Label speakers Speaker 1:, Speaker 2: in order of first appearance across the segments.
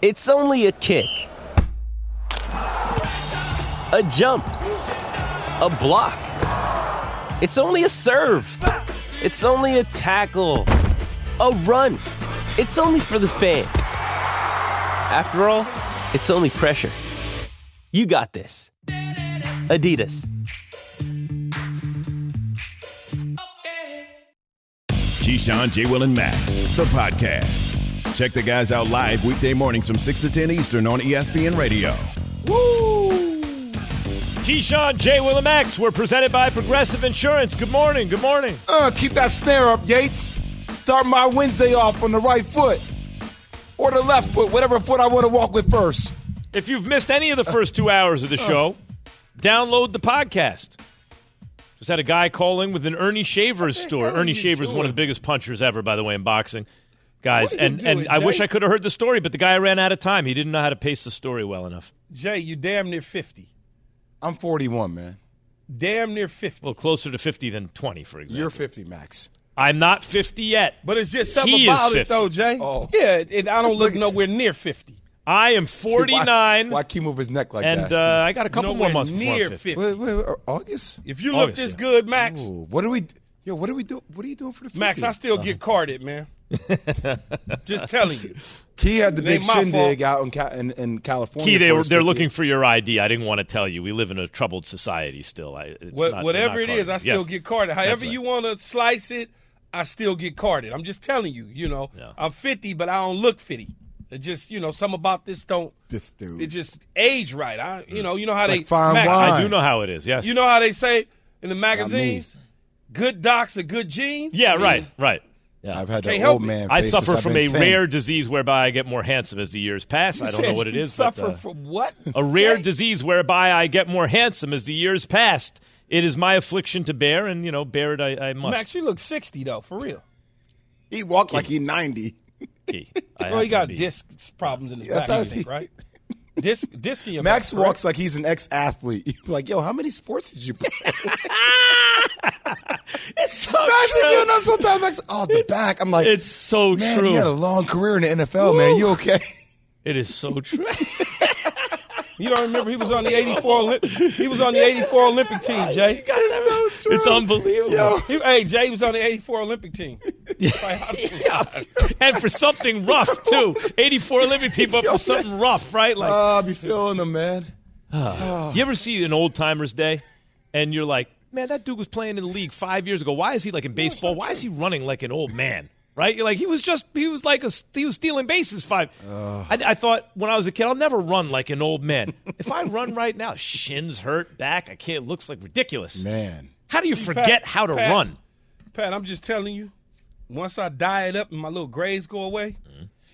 Speaker 1: It's only a kick, a jump, a block. It's only a serve. It's only a tackle, a run. It's only for the fans. After all, it's only pressure. You got this. Adidas.
Speaker 2: Keyshawn, J. Will, and Max, the podcast. Check the guys out live weekday mornings from 6 to 10 Eastern on E ESPN Radio.
Speaker 3: Keyshawn, J. Will, and Max. We're presented by Progressive Insurance. Good morning. Good morning.
Speaker 4: Uh, keep that snare up, Yates. Start my Wednesday off on the right foot or the left foot, whatever foot I want to walk with first.
Speaker 3: If you've missed any of the first two hours of the
Speaker 4: Uh.
Speaker 3: show, download the podcast. Just had a guy calling with an Ernie Shavers story. Ernie Shavers is one of the biggest punchers ever, by the way, in boxing. Guys,
Speaker 4: What are you
Speaker 3: and, and
Speaker 4: doing,
Speaker 3: I wish
Speaker 4: Jay?
Speaker 3: I could have heard the story, but the guy ran out of time. He didn't know how to pace the story well enough.
Speaker 5: Jay, you damn near 50.
Speaker 4: I'm 41, man.
Speaker 5: Damn near 50.
Speaker 3: Well, closer to 50 than 20, for example.
Speaker 4: You're 50, Max.
Speaker 3: I'm not 50 yet.
Speaker 5: But it's just something
Speaker 3: He is
Speaker 5: about it,
Speaker 3: 50.
Speaker 5: though, Jay.
Speaker 4: Oh.
Speaker 5: Yeah, and I don't look nowhere near 50.
Speaker 3: I am
Speaker 4: See, why-
Speaker 3: 49,
Speaker 4: Why keep move his neck like
Speaker 3: and
Speaker 4: that?
Speaker 3: uh, I got a couple
Speaker 5: Nowhere
Speaker 3: more months before I'm
Speaker 5: near
Speaker 3: 50.
Speaker 5: 50.
Speaker 4: wait, wait, wait, August?
Speaker 5: If you look
Speaker 3: August,
Speaker 5: this
Speaker 3: yeah.
Speaker 5: good, Max,
Speaker 4: Ooh, what are we? Yo, what are we doing? What are you doing for the 50?
Speaker 5: Max, I still get carded, man. just telling you.
Speaker 4: Key had the
Speaker 5: It
Speaker 4: big
Speaker 5: ain't my fault.
Speaker 4: shindig out in, Ca- in, in California.
Speaker 3: Key, they
Speaker 4: for
Speaker 3: were
Speaker 4: his
Speaker 3: they're
Speaker 4: 50.
Speaker 3: looking for your ID. I didn't want to tell you. We live in a troubled society still. I, it's
Speaker 5: What,
Speaker 3: not-
Speaker 5: whatever it
Speaker 3: not
Speaker 5: is, I
Speaker 3: carded.
Speaker 5: still
Speaker 3: Yes.
Speaker 5: get carded. However
Speaker 3: right.
Speaker 5: you want to slice it, I still get carded. I'm just telling you, you know,
Speaker 3: Yeah.
Speaker 5: I'm 50, but I don't look 50. It just, you know, some about this don't,
Speaker 4: this dude.
Speaker 5: it just age right. I, you know, you know how they,
Speaker 4: Like fine
Speaker 5: Max,
Speaker 4: wine.
Speaker 3: I do know how it is. Yes.
Speaker 5: You know how they say in the magazines, good docs are good genes.
Speaker 3: Yeah.
Speaker 5: I mean,
Speaker 3: Right. Right. Yeah.
Speaker 4: I've had
Speaker 5: Can't
Speaker 4: that
Speaker 5: help
Speaker 4: old
Speaker 5: me.
Speaker 4: man.
Speaker 3: I
Speaker 4: face
Speaker 3: suffer
Speaker 4: since I've
Speaker 3: from a
Speaker 4: been 10.
Speaker 3: rare disease whereby I get more handsome as the years pass.
Speaker 5: you
Speaker 3: I don't know
Speaker 5: said
Speaker 3: what it
Speaker 5: you
Speaker 3: is. but,
Speaker 5: Suffer
Speaker 3: uh,
Speaker 5: from what?
Speaker 3: a rare
Speaker 5: Jay?
Speaker 3: disease whereby I get more handsome as the years passed. It is my affliction to bear, and you know, bear it I, I must.
Speaker 5: Max, you look sixty though, for real.
Speaker 4: He walked like he 90.
Speaker 3: Key. I
Speaker 5: Well,
Speaker 3: happen
Speaker 5: he
Speaker 3: to
Speaker 5: got
Speaker 3: be-
Speaker 5: disc problems in his
Speaker 4: That's
Speaker 5: back,
Speaker 4: how
Speaker 5: I
Speaker 4: he-
Speaker 5: think, right? Disc, disc in your
Speaker 4: Max
Speaker 5: back, correct?
Speaker 4: walks like he's an ex-athlete. like, yo, how many sports did you play?
Speaker 3: It's so
Speaker 4: Max is
Speaker 3: true.
Speaker 4: giving up sometimes. Max, oh, the back. I'm like,
Speaker 3: It's so
Speaker 4: man,
Speaker 3: true.
Speaker 4: you had a long career in the NFL, man. You okay?
Speaker 3: It is so true.
Speaker 5: You don't remember he was on the eighty-four. Olymp- he was on the eighty-four Olympic
Speaker 4: Ah,
Speaker 5: team, Jay.
Speaker 4: It's so
Speaker 3: it's unbelievable.
Speaker 4: Yo,
Speaker 5: He- hey, Jay was on the eighty-four Olympic team.
Speaker 3: and for something rough too. 84 Olympic team, but for something rough, right? Like
Speaker 4: I'll Oh, be feeling him, man.
Speaker 3: you ever see an old timers day, and you're like, man, that dude was playing in the league five years ago. Why is he like in baseball? Why is he running like an old man? Right? You're like he was just he was like a he was stealing bases five. I, I thought when I was a kid, I'll never run like an old man. if I run right now, shins hurt, back, I can't. It looks like ridiculous.
Speaker 4: Man.
Speaker 3: How do you forget how to
Speaker 5: Pat-
Speaker 3: run?
Speaker 5: Pat, I'm just telling you. Once I diet up and my little grays go away,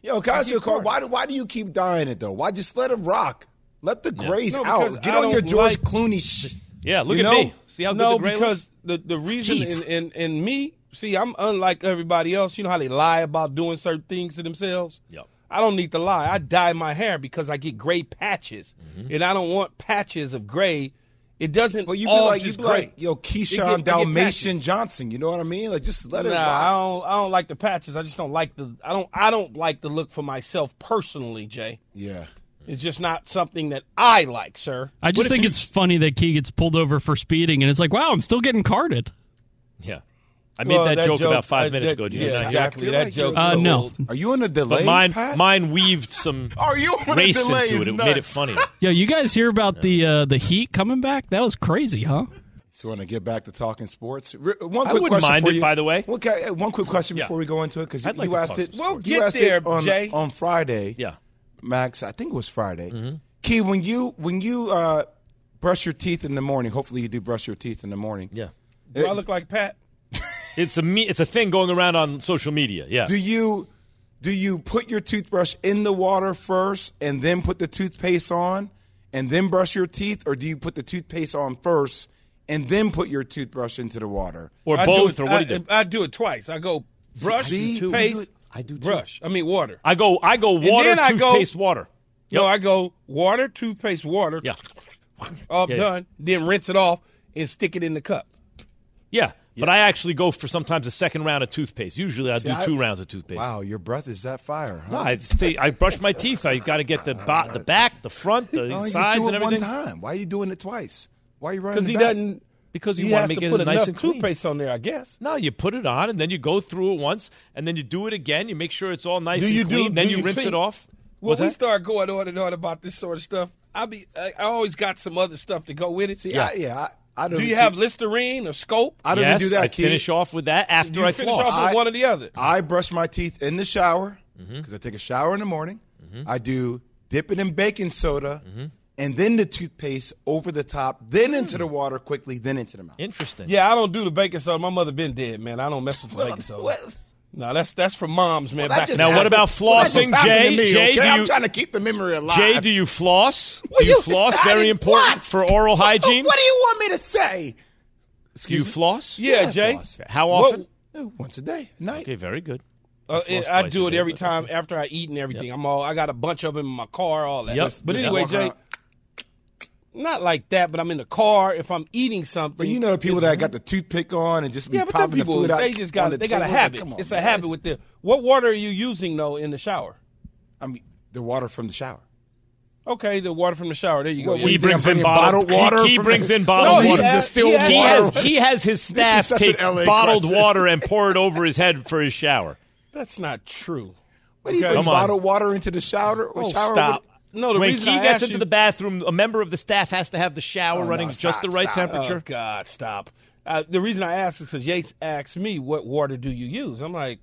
Speaker 4: Yo, can I ask you a question? Why do, why do you keep dying it, though? Why just let him rock? Let the grace
Speaker 5: No, because
Speaker 4: out. Get
Speaker 5: I
Speaker 4: on your
Speaker 5: don't
Speaker 4: George
Speaker 5: like-
Speaker 4: Clooney shit.
Speaker 3: Yeah, look
Speaker 4: You
Speaker 3: at
Speaker 4: know?
Speaker 3: me. See how good
Speaker 5: no,
Speaker 3: the gray looks?
Speaker 5: because the the reason
Speaker 3: Jeez.
Speaker 5: in, in in me, see, I'm unlike everybody else. You know how they lie about doing certain things to themselves.
Speaker 3: Yep.
Speaker 5: I don't need to lie. I dye my hair because I get gray patches,
Speaker 3: Mm-hmm.
Speaker 5: and I don't want patches of gray. It doesn't.
Speaker 4: But you be
Speaker 5: all
Speaker 4: like, you
Speaker 5: just
Speaker 4: be
Speaker 5: gray.
Speaker 4: like, yo,
Speaker 5: It
Speaker 4: Keyshawn
Speaker 5: get- it get
Speaker 4: Dalmatian
Speaker 5: patches.
Speaker 4: Johnson. You know what I mean? Like, just let it
Speaker 5: Nah, I
Speaker 4: rock.
Speaker 5: don't. I don't like the patches. I just don't like the. I don't. I don't like the look for myself personally, Jay.
Speaker 4: Yeah.
Speaker 5: It's just not something that I like, sir.
Speaker 6: I just think it's funny that Key gets pulled over for speeding, and it's like, wow, I'm still getting carded.
Speaker 3: Yeah. I made
Speaker 5: Well,
Speaker 3: that, joke, about five
Speaker 5: uh,
Speaker 3: minutes
Speaker 5: that-
Speaker 3: ago. Did
Speaker 5: yeah,
Speaker 3: you not hear?
Speaker 5: exactly.
Speaker 4: I feel
Speaker 5: That
Speaker 4: like
Speaker 5: joke.
Speaker 4: you're-
Speaker 6: Uh,
Speaker 5: so
Speaker 6: no,
Speaker 5: old.
Speaker 4: Are you on a delay,
Speaker 3: But mine,
Speaker 4: Pat?
Speaker 3: mine weaved some
Speaker 4: Are you on
Speaker 3: race
Speaker 4: a delay?
Speaker 3: into it.
Speaker 4: It's
Speaker 3: It made
Speaker 4: nuts.
Speaker 3: it funnier.
Speaker 6: Yo, you guys hear about the uh, the Heat coming back? That was crazy, huh?
Speaker 4: So, want to get back to talking sports? R- One quick
Speaker 3: I wouldn't
Speaker 4: question
Speaker 3: mind
Speaker 4: for
Speaker 3: it,
Speaker 4: you.
Speaker 3: by the way.
Speaker 4: Okay, uh, one quick question
Speaker 3: Yeah.
Speaker 4: before we go into it because you,
Speaker 3: I'd like
Speaker 4: you
Speaker 3: to
Speaker 4: asked
Speaker 3: talk
Speaker 4: it.
Speaker 3: some sports.
Speaker 4: you
Speaker 5: We'll get
Speaker 4: asked
Speaker 5: there,
Speaker 4: it on,
Speaker 5: Jay.
Speaker 4: on Friday.
Speaker 3: Yeah.
Speaker 4: Max, I think it was Friday.
Speaker 3: Mm-hmm.
Speaker 4: Key, when you when you uh, brush your teeth in the morning, hopefully you do brush your teeth in the morning.
Speaker 3: Yeah.
Speaker 5: Do I look like Pat?
Speaker 3: It's a me- it's a thing going around on social media. Yeah.
Speaker 4: Do you do you put your toothbrush in the water first and then put the toothpaste on and then brush your teeth, or do you put the toothpaste on first and then put your toothbrush into the water?
Speaker 3: or
Speaker 5: I do
Speaker 3: both
Speaker 5: it-
Speaker 3: or what
Speaker 5: I,
Speaker 3: do you do?
Speaker 5: I do it twice. I go brush,
Speaker 4: See, I do too.
Speaker 5: paste,
Speaker 4: You do it-
Speaker 5: I do brush. I mean water.
Speaker 3: I go I go
Speaker 5: then
Speaker 3: water
Speaker 5: I go-
Speaker 3: toothpaste water.
Speaker 5: No, I go water, toothpaste, water.
Speaker 3: Yeah.
Speaker 5: All
Speaker 3: Yeah, yeah.
Speaker 5: done. Then rinse it off and stick it in the cup.
Speaker 3: Yeah. But I actually go for sometimes a second round of toothpaste. Usually I
Speaker 4: See,
Speaker 3: do
Speaker 4: I-
Speaker 3: two rounds of toothpaste.
Speaker 4: Wow, your breath is that fire, huh?
Speaker 3: No, I, stay, I brush my teeth. I got to get the bo- the back, the front, the
Speaker 4: Why don't Oh, you
Speaker 3: sides,
Speaker 4: just do
Speaker 3: and
Speaker 4: it
Speaker 3: everything.
Speaker 4: one time. Why are you doing it twice? Why are you running?
Speaker 5: Because
Speaker 4: it
Speaker 5: he
Speaker 4: back?
Speaker 5: doesn't.
Speaker 3: Because you
Speaker 5: he
Speaker 3: wanna
Speaker 5: has
Speaker 3: make
Speaker 5: to
Speaker 3: it
Speaker 5: put
Speaker 3: nice
Speaker 5: enough
Speaker 3: and clean.
Speaker 5: toothpaste on there, I guess.
Speaker 3: No, you put it on and then you go through it once, and then you do it again. You make sure it's all nice
Speaker 5: Do
Speaker 3: and
Speaker 5: you do-
Speaker 3: clean. then
Speaker 5: do
Speaker 3: you,
Speaker 5: you
Speaker 3: rinse
Speaker 5: think-
Speaker 3: it off.
Speaker 5: When
Speaker 3: What's
Speaker 5: we
Speaker 3: that?
Speaker 5: start going on and on about this sort of stuff, I be I, I always got some other stuff to go with it. See,
Speaker 4: Yeah, I, yeah. I, I don't.
Speaker 5: do you
Speaker 4: see-
Speaker 5: have Listerine or Scope?
Speaker 4: I don't
Speaker 3: yes,
Speaker 4: even do that.
Speaker 3: I
Speaker 4: Keith.
Speaker 3: finish off with that after
Speaker 5: you
Speaker 3: I
Speaker 5: finish
Speaker 3: floss.
Speaker 5: off with
Speaker 4: I-
Speaker 5: one or the other.
Speaker 4: I brush my teeth in the shower
Speaker 5: Mm-hmm.
Speaker 4: because I take a shower in the morning. I do dip it in baking soda
Speaker 5: Mm-hmm.
Speaker 4: and then the toothpaste over the top, then into the water quickly, then into the mouth.
Speaker 3: Interesting.
Speaker 5: Yeah, I don't do the baking soda. My mother been dead, man. I don't mess with the baking soda.
Speaker 4: What-
Speaker 5: No, that's that's for moms, man.
Speaker 4: that
Speaker 5: back
Speaker 4: just
Speaker 3: Now, what
Speaker 4: happened-
Speaker 3: about
Speaker 4: that just
Speaker 3: flossing,
Speaker 4: happened to
Speaker 3: Jay?
Speaker 4: me,
Speaker 3: Jay, do
Speaker 4: okay? I'm
Speaker 3: you-
Speaker 4: trying to keep the memory alive.
Speaker 3: Jay, do you floss?
Speaker 4: What
Speaker 3: do you floss?
Speaker 4: I
Speaker 3: Very
Speaker 4: didn't-
Speaker 3: important
Speaker 4: what?
Speaker 3: for oral
Speaker 4: What-
Speaker 3: hygiene.
Speaker 4: What do you want me to say?
Speaker 3: Excuse you floss?
Speaker 5: yeah, Jay.
Speaker 4: floss.
Speaker 3: How often?
Speaker 4: Oh, Once a day, at night.
Speaker 3: Okay, very good.
Speaker 5: Uh,
Speaker 3: I floss
Speaker 5: I
Speaker 3: twice
Speaker 5: do
Speaker 3: a
Speaker 5: it
Speaker 3: day,
Speaker 5: every
Speaker 3: but
Speaker 5: time after I eat and everything. I'm all I got a bunch of them in my car, all that.
Speaker 3: Yep.
Speaker 5: Just- but
Speaker 3: Just
Speaker 5: anyway,
Speaker 4: walk
Speaker 5: Jay,
Speaker 4: around.
Speaker 5: not like that. But I'm in the car if I'm eating something.
Speaker 4: But you know the people that got the toothpick on and just be
Speaker 5: yeah, but
Speaker 4: popping
Speaker 5: them people
Speaker 4: the food out.
Speaker 5: they just
Speaker 4: on
Speaker 5: got
Speaker 4: the
Speaker 5: they got a
Speaker 4: table. Like,
Speaker 5: habit.
Speaker 4: come on,
Speaker 5: it's a
Speaker 4: man.
Speaker 5: habit with them. What water are you using though in the shower?
Speaker 4: I mean, the water from the shower.
Speaker 5: Okay, the water from the shower. There you go.
Speaker 4: Well,
Speaker 5: Jay.
Speaker 4: we-
Speaker 3: He
Speaker 4: You think
Speaker 3: brings
Speaker 4: I'm
Speaker 3: in
Speaker 4: bringing
Speaker 3: bottled
Speaker 4: bottled water
Speaker 3: He, he
Speaker 4: from-
Speaker 3: brings in
Speaker 4: No,
Speaker 3: bottled
Speaker 5: he
Speaker 3: water.
Speaker 5: has-
Speaker 4: distilled
Speaker 5: he has-
Speaker 3: He
Speaker 4: water.
Speaker 3: has he has his staff
Speaker 4: such
Speaker 3: take
Speaker 4: an LA
Speaker 3: bottled
Speaker 4: question.
Speaker 3: water and pour it over his head for his shower.
Speaker 5: That's not true.
Speaker 4: What do you
Speaker 5: Okay.
Speaker 4: bring
Speaker 3: Come on.
Speaker 4: bottled water into the shower? Or
Speaker 5: Oh,
Speaker 4: shower with-
Speaker 5: stop. No, the
Speaker 3: when
Speaker 5: reason
Speaker 3: he
Speaker 5: I
Speaker 3: gets
Speaker 5: asked
Speaker 3: into
Speaker 5: you-
Speaker 3: the bathroom, a member of the staff has to have the shower running just
Speaker 4: Oh, stop,
Speaker 3: the right
Speaker 4: stop.
Speaker 3: temperature.
Speaker 5: Oh, God, stop. Uh, the reason I asked is because Yates asked me, what water do you use? I'm like,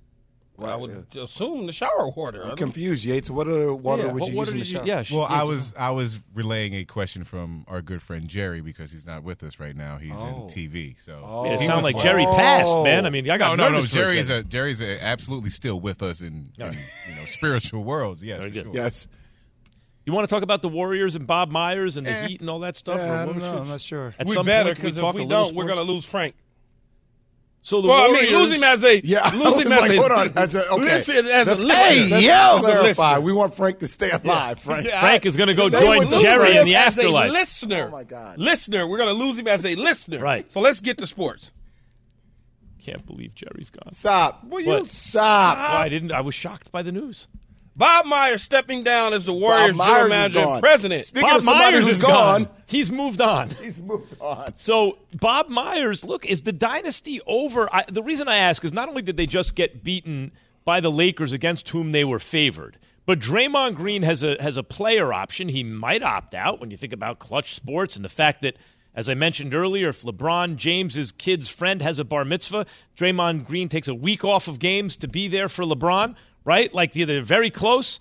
Speaker 5: well, I would assume the shower water. I
Speaker 4: I'm
Speaker 5: don't-
Speaker 4: confused, Yates. What other water
Speaker 5: Yeah,
Speaker 4: would
Speaker 5: what
Speaker 4: you
Speaker 3: What
Speaker 4: use in
Speaker 3: did
Speaker 4: the
Speaker 3: you-
Speaker 4: shower?
Speaker 3: yeah, she-
Speaker 7: Well, I
Speaker 3: yes.
Speaker 7: was I was relaying a question from our good friend Jerry because he's not with us right now. He's
Speaker 4: Oh.
Speaker 7: in TV, so
Speaker 3: Made It
Speaker 7: He
Speaker 3: sounds
Speaker 7: was
Speaker 3: like
Speaker 7: one-
Speaker 3: Jerry passed, man. I mean, I
Speaker 7: No,
Speaker 3: got
Speaker 7: no, no.
Speaker 3: nervous for
Speaker 7: Jerry's
Speaker 3: second.
Speaker 7: a, Jerry's a absolutely still with us in, in you know spiritual worlds. Yes, for
Speaker 3: good.
Speaker 7: sure.
Speaker 4: Yes.
Speaker 3: You want to talk about the Warriors and Bob Myers and the Heat and all that stuff? or
Speaker 4: Eh. Yeah, I
Speaker 3: what
Speaker 4: don't
Speaker 3: should-
Speaker 4: know. I'm not sure.
Speaker 3: At
Speaker 5: we
Speaker 3: some
Speaker 5: better
Speaker 3: point, can
Speaker 5: because
Speaker 3: talk a
Speaker 5: if we
Speaker 3: little
Speaker 5: don't, we're
Speaker 3: sports?
Speaker 5: going to lose Frank.
Speaker 3: So the
Speaker 5: Well,
Speaker 3: Warriors
Speaker 5: I mean, lose him as a
Speaker 4: Yeah, I
Speaker 5: lose him
Speaker 4: was
Speaker 5: as
Speaker 4: like,
Speaker 5: a
Speaker 4: hold on, as a- okay.
Speaker 5: listen as
Speaker 4: Let's-
Speaker 5: a listener.
Speaker 4: Hey,
Speaker 5: As
Speaker 4: yo,
Speaker 5: a
Speaker 4: clarify.
Speaker 5: listener.
Speaker 4: We want Frank to stay alive, Frank.
Speaker 5: Yeah,
Speaker 3: Frank
Speaker 5: I-
Speaker 3: is going to go
Speaker 5: They
Speaker 3: join
Speaker 5: would lose
Speaker 3: Jerry
Speaker 5: him
Speaker 3: in the
Speaker 5: as a
Speaker 3: afterlife.
Speaker 5: Listener,
Speaker 4: Oh, my God.
Speaker 5: listener, we're going to lose him as a listener.
Speaker 3: Right.
Speaker 5: So let's get to sports.
Speaker 3: Can't believe Jerry's gone.
Speaker 4: Stop.
Speaker 5: Will
Speaker 3: What?
Speaker 5: you
Speaker 3: Well,
Speaker 4: Stop.
Speaker 3: I didn't. I was shocked by the news.
Speaker 5: Bob Myers stepping down as the Warriors general manager and president.
Speaker 4: Speaking
Speaker 3: Bob
Speaker 4: of somebody
Speaker 3: Myers
Speaker 4: who's
Speaker 3: is
Speaker 4: gone,
Speaker 3: He's moved on.
Speaker 4: he's moved on.
Speaker 3: So Bob Myers, look, is the dynasty over? I, the reason I ask is not only did they just get beaten by the Lakers against whom they were favored, but Draymond Green has a has a player option. He might opt out when you think about clutch sports and the fact that. As I mentioned earlier, if LeBron James's kid's friend has a bar mitzvah, Draymond Green takes a week off of games to be there for LeBron, right? Like they're very close.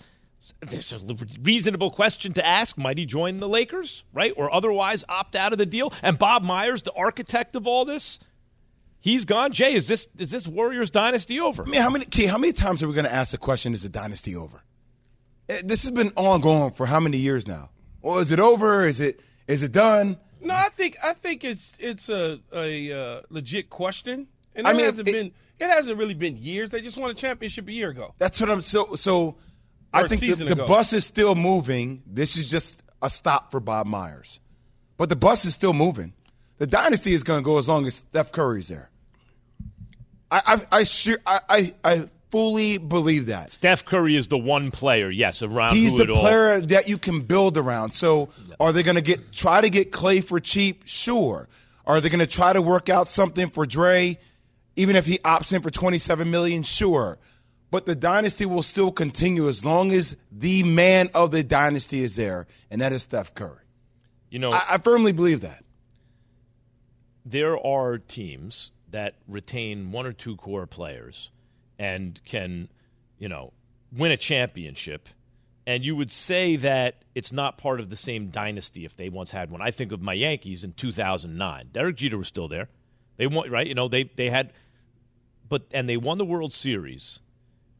Speaker 3: There's a l- reasonable question to ask. Might he join the Lakers, right? Or otherwise opt out of the deal? And Bob Myers, the architect of all this, he's gone. Jay, is this is this Warriors dynasty over?
Speaker 4: I mean, how many, Key, how many times are we going to ask the question, is the dynasty over? Eh, This has been ongoing for how many years now? Or is it over? Is it is it done?
Speaker 5: No, I think I think it's it's a a uh, legit question, and it
Speaker 4: I mean,
Speaker 5: hasn't
Speaker 4: it-
Speaker 5: been it hasn't really been years. They just won a championship a year ago.
Speaker 4: That's what I'm so so.
Speaker 5: Or
Speaker 4: I
Speaker 5: a
Speaker 4: think the,
Speaker 5: season
Speaker 4: the
Speaker 5: ago.
Speaker 4: bus is still moving. This is just a stop for Bob Myers, but the bus is still moving. The dynasty is going to go as long as Steph Curry's there. I I I sure, I, I I fully believe that
Speaker 3: Steph Curry is the one player, yes, around
Speaker 4: he's
Speaker 3: who
Speaker 4: the
Speaker 3: it all-
Speaker 4: player that you can build around. So are they going to get try to get Clay for cheap? Sure. Are they going to try to work out something for Dre, even if he opts in for twenty seven million? Sure. But the dynasty will still continue as long as the man of the dynasty is there, and that is Steph Curry.
Speaker 3: You know,
Speaker 4: I, I firmly believe that.
Speaker 3: there are teams that retain one or two core players and can, you know, win a championship. And you would say that it's not part of the same dynasty if they once had one. I think of my Yankees in 2009. Derek Jeter was still there. They won, right? You know, they they had, but and they won the World Series,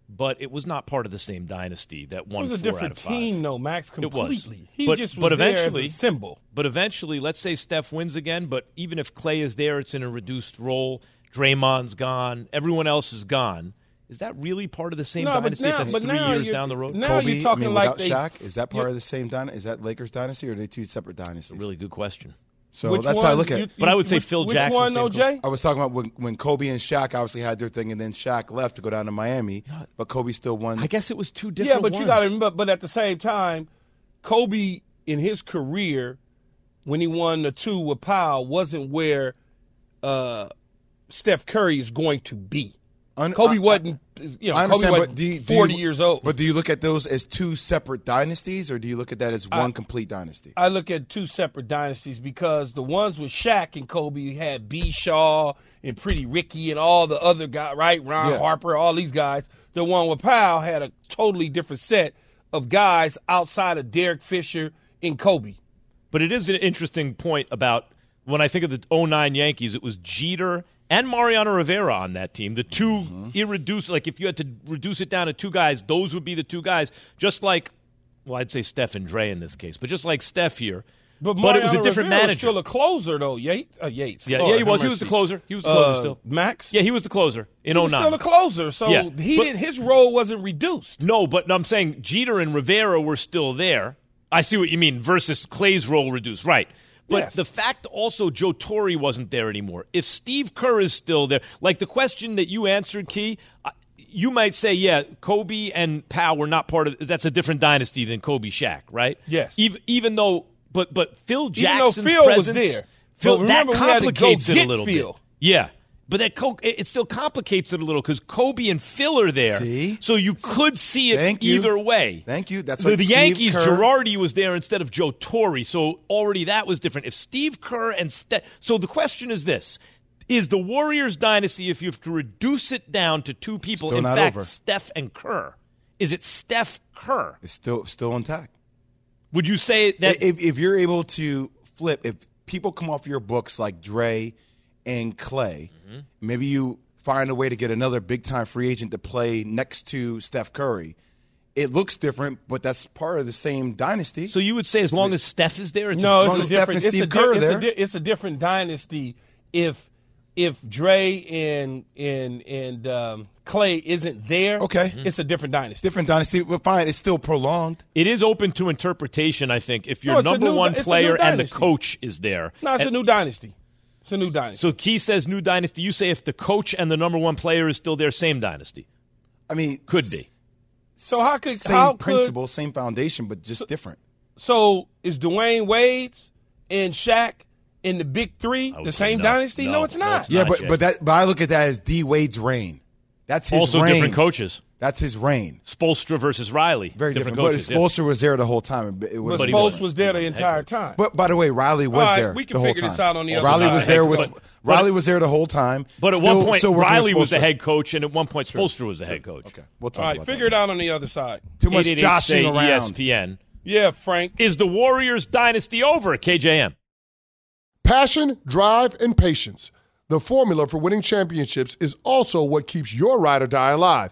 Speaker 3: but it was not part of the same dynasty that
Speaker 5: It
Speaker 3: won
Speaker 5: was a
Speaker 3: four out
Speaker 5: different
Speaker 3: of five.
Speaker 5: team, though, Max.
Speaker 3: It
Speaker 5: Completely,
Speaker 3: was.
Speaker 5: he
Speaker 3: But-
Speaker 5: just was
Speaker 3: but
Speaker 5: there
Speaker 3: eventually-
Speaker 5: as a symbol.
Speaker 3: But eventually, let's say Steph wins again, but even if Clay is there, it's in a reduced role. Draymond's gone. Everyone else is gone. Is that really part of the same
Speaker 5: No, but
Speaker 3: dynasty
Speaker 5: now-
Speaker 3: if that's
Speaker 5: but
Speaker 3: three
Speaker 5: now
Speaker 3: years
Speaker 5: you're-
Speaker 3: down the road?
Speaker 5: now- you're talking
Speaker 4: I mean,
Speaker 5: like
Speaker 4: without
Speaker 5: they-
Speaker 4: Shaq, is that part of the same dynasty? Is that Lakers dynasty, or are they two separate dynasties?
Speaker 3: really good question.
Speaker 4: So
Speaker 5: Which
Speaker 4: Oh, that's
Speaker 5: one?
Speaker 4: how I look at Oh,
Speaker 5: You-
Speaker 4: it.
Speaker 3: But I would
Speaker 5: you-
Speaker 3: say
Speaker 5: which-
Speaker 3: Phil
Speaker 5: which
Speaker 3: Jackson
Speaker 5: one,
Speaker 3: saved
Speaker 5: OJ?
Speaker 4: I was talking about when, when Kobe and Shaq obviously had their thing, and then Shaq left to go down to Miami, but Kobe still won.
Speaker 3: I guess it was two different.
Speaker 5: Yeah, but you
Speaker 3: ones.
Speaker 5: got to remember. But at the same time, Kobe in his career, when he won the two with Powell, wasn't where uh, Steph Curry is going to be.
Speaker 4: Un-
Speaker 5: Kobe
Speaker 4: I-
Speaker 5: wasn't, you
Speaker 4: I
Speaker 5: know, Kobe
Speaker 4: understand,
Speaker 5: wasn't
Speaker 4: but do you, do you-
Speaker 5: forty years old.
Speaker 4: But do you look at those as two separate dynasties, or do you look at that as one complete dynasty?
Speaker 5: I look at two separate dynasties because the ones with Shaq and Kobe you had B. Shaw and Pretty Ricky and all the other guys, right? Ron
Speaker 4: Yeah.
Speaker 5: Harper, all these guys. The one with Powell had a totally different set of guys outside of Derek Fisher and Kobe.
Speaker 3: But it is an interesting point about when I think of the 09 Yankees, it was Jeter and Mariano Rivera on that team. The 2
Speaker 5: Mm-hmm.
Speaker 3: irreducible, like if you had to reduce it down to two guys, those would be the two guys. Just like, well, I'd say Steph and Dre in this case, but just like Steph here. it was a
Speaker 5: Mariano
Speaker 3: different
Speaker 5: Rivera was
Speaker 3: manager.
Speaker 5: still a closer though. Yates, uh, Yates.
Speaker 3: yeah,
Speaker 5: Lord
Speaker 3: yeah, he was. He
Speaker 5: have
Speaker 3: was the
Speaker 5: mercy.
Speaker 3: closer. He was the closer
Speaker 5: Uh,
Speaker 3: still.
Speaker 5: Max.
Speaker 3: Yeah, he was the closer in
Speaker 5: he was
Speaker 3: 09.
Speaker 5: still a closer. So
Speaker 3: Yeah,
Speaker 5: he
Speaker 3: but-
Speaker 5: didn't. His role wasn't reduced.
Speaker 3: No, but I'm saying Jeter and Rivera were still there. I see what you mean. Versus Clay's role reduced, right? But
Speaker 5: Yes.
Speaker 3: the fact also Joe Torre wasn't there anymore. If Steve Kerr is still there, like the question that you answered, Key, I- you might say, yeah, Kobe and Powell were not part of. That's a different dynasty than Kobe Shaq, right?
Speaker 5: Yes.
Speaker 3: Even, even though, but but Phil
Speaker 5: Even though
Speaker 3: Jackson's
Speaker 5: Phil was
Speaker 3: presence,
Speaker 5: there.
Speaker 3: Phil
Speaker 5: But
Speaker 3: that
Speaker 5: remember, we had to go
Speaker 3: complicates it a
Speaker 5: get
Speaker 3: little
Speaker 5: Phil.
Speaker 3: bit. Yeah. But that co- it it still complicates it a little because Kobe and Phil are there,
Speaker 4: See?
Speaker 3: so you could see it
Speaker 4: Thank you.
Speaker 3: either way.
Speaker 4: Thank you. That's
Speaker 3: the,
Speaker 4: what
Speaker 3: the
Speaker 4: Steve
Speaker 3: Yankees.
Speaker 4: Kerr-
Speaker 3: Girardi was there instead of Joe Torre, so already that was different. If Steve Kerr and Ste- so the question is this: Is the Warriors dynasty, if you have to reduce it down to two people,
Speaker 4: Still
Speaker 3: in
Speaker 4: not
Speaker 3: fact,
Speaker 4: over.
Speaker 3: Steph and Kerr, is it Steph Kerr?
Speaker 4: It's still still intact.
Speaker 3: Would you say that?
Speaker 4: if, if you're able to flip, if people come off your books like Dre and Clay,
Speaker 5: Mm-hmm.
Speaker 4: maybe you find a way to get another big time free agent to play next to Steph Curry. It looks different, but that's part of the same dynasty.
Speaker 3: so you would say as long as Steph is there, it's
Speaker 5: No,
Speaker 4: long
Speaker 5: it's
Speaker 4: as
Speaker 5: a
Speaker 4: Steph
Speaker 5: different.
Speaker 4: and
Speaker 5: It's a,
Speaker 4: Steve
Speaker 5: di-
Speaker 4: Kerr are
Speaker 5: it's, a
Speaker 4: there.
Speaker 5: di- it's a different dynasty. If if Dre and and and um, Clay isn't there, Mm-hmm.
Speaker 4: Okay.
Speaker 5: it's a different dynasty.
Speaker 4: different dynasty, but fine, it's still prolonged.
Speaker 3: It is open to interpretation, I think, if your
Speaker 5: No, it's a
Speaker 3: number
Speaker 5: new-
Speaker 3: one
Speaker 5: it's a new
Speaker 3: player and the
Speaker 5: dynasty.
Speaker 3: coach is there.
Speaker 5: No, it's
Speaker 3: And-
Speaker 5: a new dynasty. It's a new dynasty.
Speaker 3: so Key says new dynasty. You say if the coach and the number one player is still there, same dynasty.
Speaker 4: I mean,
Speaker 3: Could be.
Speaker 5: So how could
Speaker 4: same
Speaker 5: how could
Speaker 4: principle, same foundation, but just different.
Speaker 5: So is Dwayne Wade's and Shaq in the big three
Speaker 3: would
Speaker 5: the
Speaker 3: say
Speaker 5: same
Speaker 3: no.
Speaker 5: dynasty?
Speaker 3: No,
Speaker 5: No, it's
Speaker 3: no,
Speaker 5: not.
Speaker 3: it's
Speaker 4: Yeah,
Speaker 3: not
Speaker 4: but
Speaker 3: Jay.
Speaker 4: but that but I look at that as D Wade's reign. That's his
Speaker 3: also
Speaker 4: reign.
Speaker 3: different coaches.
Speaker 4: That's his reign.
Speaker 3: Spolstra versus Riley.
Speaker 4: Very different.
Speaker 3: coaches.
Speaker 4: but
Speaker 3: yeah.
Speaker 4: Spolster was there the whole time. It was,
Speaker 5: But
Speaker 3: he
Speaker 5: Spoelstra
Speaker 3: wasn't.
Speaker 5: was there the
Speaker 3: He wasn't head
Speaker 5: entire
Speaker 3: coach.
Speaker 5: time.
Speaker 4: But by the way, Riley was
Speaker 5: All right,
Speaker 4: there
Speaker 5: we can
Speaker 4: the whole
Speaker 5: figure
Speaker 4: time.
Speaker 5: this out on the other
Speaker 4: Riley
Speaker 5: side.
Speaker 4: was there with
Speaker 3: But-
Speaker 4: Riley was there the whole time.
Speaker 3: But at
Speaker 4: Still-
Speaker 3: one point,
Speaker 4: still working with
Speaker 3: Riley was the
Speaker 4: Spoelstra.
Speaker 3: head coach, and at one point, Spolstra was the head coach.
Speaker 4: Okay, we'll talk
Speaker 5: All right,
Speaker 4: about
Speaker 5: figure it
Speaker 4: that.
Speaker 5: out on the other side.
Speaker 4: Too much
Speaker 3: 888
Speaker 4: joshing
Speaker 3: say E
Speaker 4: around.
Speaker 3: ESPN.
Speaker 5: Yeah, Frank.
Speaker 3: Is the Warriors dynasty over? KJM.
Speaker 8: Passion, drive, and patience. The formula for winning championships is also what keeps your ride or die alive.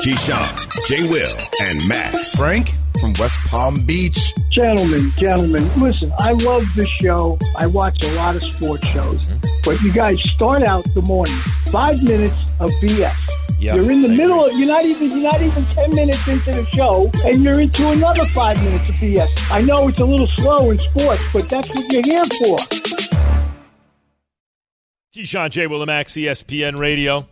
Speaker 2: Keyshawn, J. Will, and Max.
Speaker 4: Frank from West Palm Beach.
Speaker 9: Gentlemen, gentlemen, listen, I love this show. I watch a lot of sports shows.
Speaker 3: Mm-hmm.
Speaker 9: But you guys start out the morning, five minutes of BS. you're in the middle of you're not even you're not even ten minutes into the show and you're into another five minutes of BS. I know it's a little slow in sports, but that's what you're here for.
Speaker 3: E Keyshawn J. Willimax, ESPN Radio.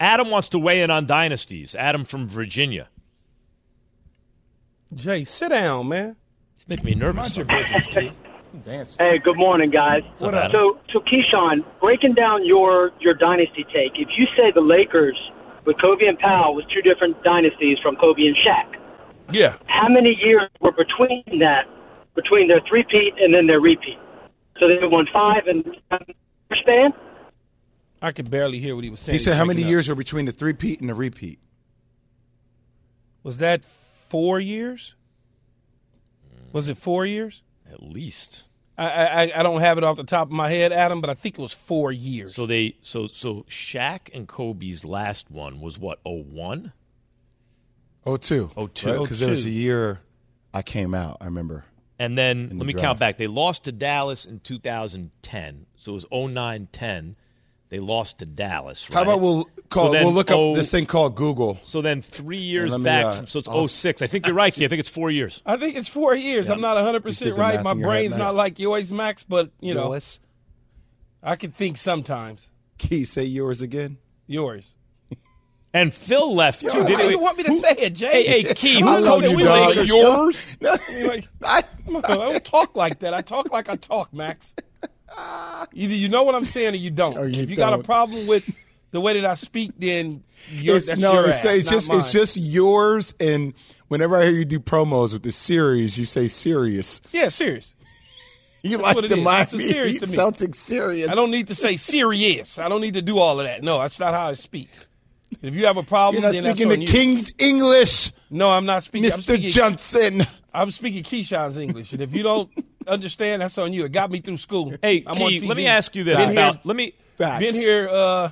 Speaker 3: Adam wants to weigh in on dynasties. Adam from Virginia.
Speaker 5: Jay, sit down, man.
Speaker 3: It's making me nervous.
Speaker 10: Hey, good morning, guys.
Speaker 3: What up,
Speaker 10: So, so Keyshawn, breaking down your your dynasty take. If you say the Lakers with Kobe and Powell was two different dynasties from Kobe and Shaq,
Speaker 5: Yeah.
Speaker 10: how many years were between that, between their three-peat and then their repeat? So they won five and understand?
Speaker 5: I could barely hear what he was saying.
Speaker 4: He said,
Speaker 5: He's
Speaker 4: "How many
Speaker 5: breaking up.
Speaker 4: years are between the three-peat and the repeat?"
Speaker 5: Was that four years? Was it four years?
Speaker 3: At least.
Speaker 5: I, I I- I don't have it off the top of my head, Adam, but I think it was four years.
Speaker 3: So they so so Shaq and Kobe's last one was what, oh one?
Speaker 4: Oh two.
Speaker 3: Oh, two.
Speaker 4: Because there was a year I came out. I remember.
Speaker 3: And then
Speaker 4: In the
Speaker 3: let me
Speaker 4: draft.
Speaker 3: count back. They lost to Dallas in 2010. So it was 09 10. They lost to Dallas. Right?
Speaker 4: How about we'll call?
Speaker 3: So then
Speaker 4: we'll look
Speaker 3: oh-
Speaker 4: up this thing called Google.
Speaker 3: So then three years
Speaker 4: let me,
Speaker 3: back,
Speaker 4: uh,
Speaker 3: from, so it's
Speaker 4: I'll-
Speaker 3: 06. I think you're right, Key. I think it's four years.
Speaker 5: I think it's four years. I'm not 100 percent
Speaker 4: You did the
Speaker 5: right.
Speaker 4: math
Speaker 5: My
Speaker 4: in your head,
Speaker 5: brain's not
Speaker 4: Max.
Speaker 5: like yours, Max, but you know,
Speaker 4: Yours.
Speaker 5: I can think sometimes.
Speaker 4: Key, say yours again.
Speaker 5: Yours.
Speaker 3: And Phil left too. Did
Speaker 5: Why
Speaker 3: he?
Speaker 5: you want me to say it, Jay?
Speaker 3: Hey, hey, Key,
Speaker 4: I
Speaker 3: who
Speaker 4: love
Speaker 3: coached
Speaker 4: you,
Speaker 3: Phil?
Speaker 4: dog.
Speaker 3: Like yours?
Speaker 5: Like,
Speaker 4: I,
Speaker 5: I don't talk like that. I talk like I talk, Max. Either you know what I'm saying or you don't.
Speaker 4: Or you
Speaker 5: if you got a
Speaker 4: don't.
Speaker 5: problem with the way that I speak, then you're,
Speaker 4: it's,
Speaker 5: that's
Speaker 4: no,
Speaker 5: your
Speaker 4: it's,
Speaker 5: ass,
Speaker 4: it's
Speaker 5: not
Speaker 4: just it's
Speaker 5: mine.
Speaker 4: just yours. And whenever I hear you do promos with the series, you say serious.
Speaker 5: yeah, serious.
Speaker 4: You
Speaker 5: what
Speaker 4: like
Speaker 5: it
Speaker 4: the
Speaker 5: is. It's a
Speaker 4: Miami
Speaker 5: series
Speaker 4: Heat
Speaker 5: to me.
Speaker 4: Celtics serious.
Speaker 5: I don't need to say serious. I don't need to do all of that. No, that's not how I speak. If you have a problem,
Speaker 4: You're not
Speaker 5: then
Speaker 4: speaking
Speaker 5: that's
Speaker 4: the
Speaker 5: on you.
Speaker 4: King's English,
Speaker 5: No, I'm not speaking. I'm
Speaker 4: Mister
Speaker 5: speaking,
Speaker 4: Johnson.
Speaker 5: I'm speaking Keyshawn's English, and if you don't understand, that's on you. It got me through school.
Speaker 3: Hey,
Speaker 5: I'm
Speaker 3: Key,
Speaker 5: on
Speaker 3: let me
Speaker 5: TV.
Speaker 3: ask you this
Speaker 5: Been
Speaker 3: about.
Speaker 5: here-
Speaker 3: Let me.
Speaker 4: Facts.
Speaker 5: Been here uh,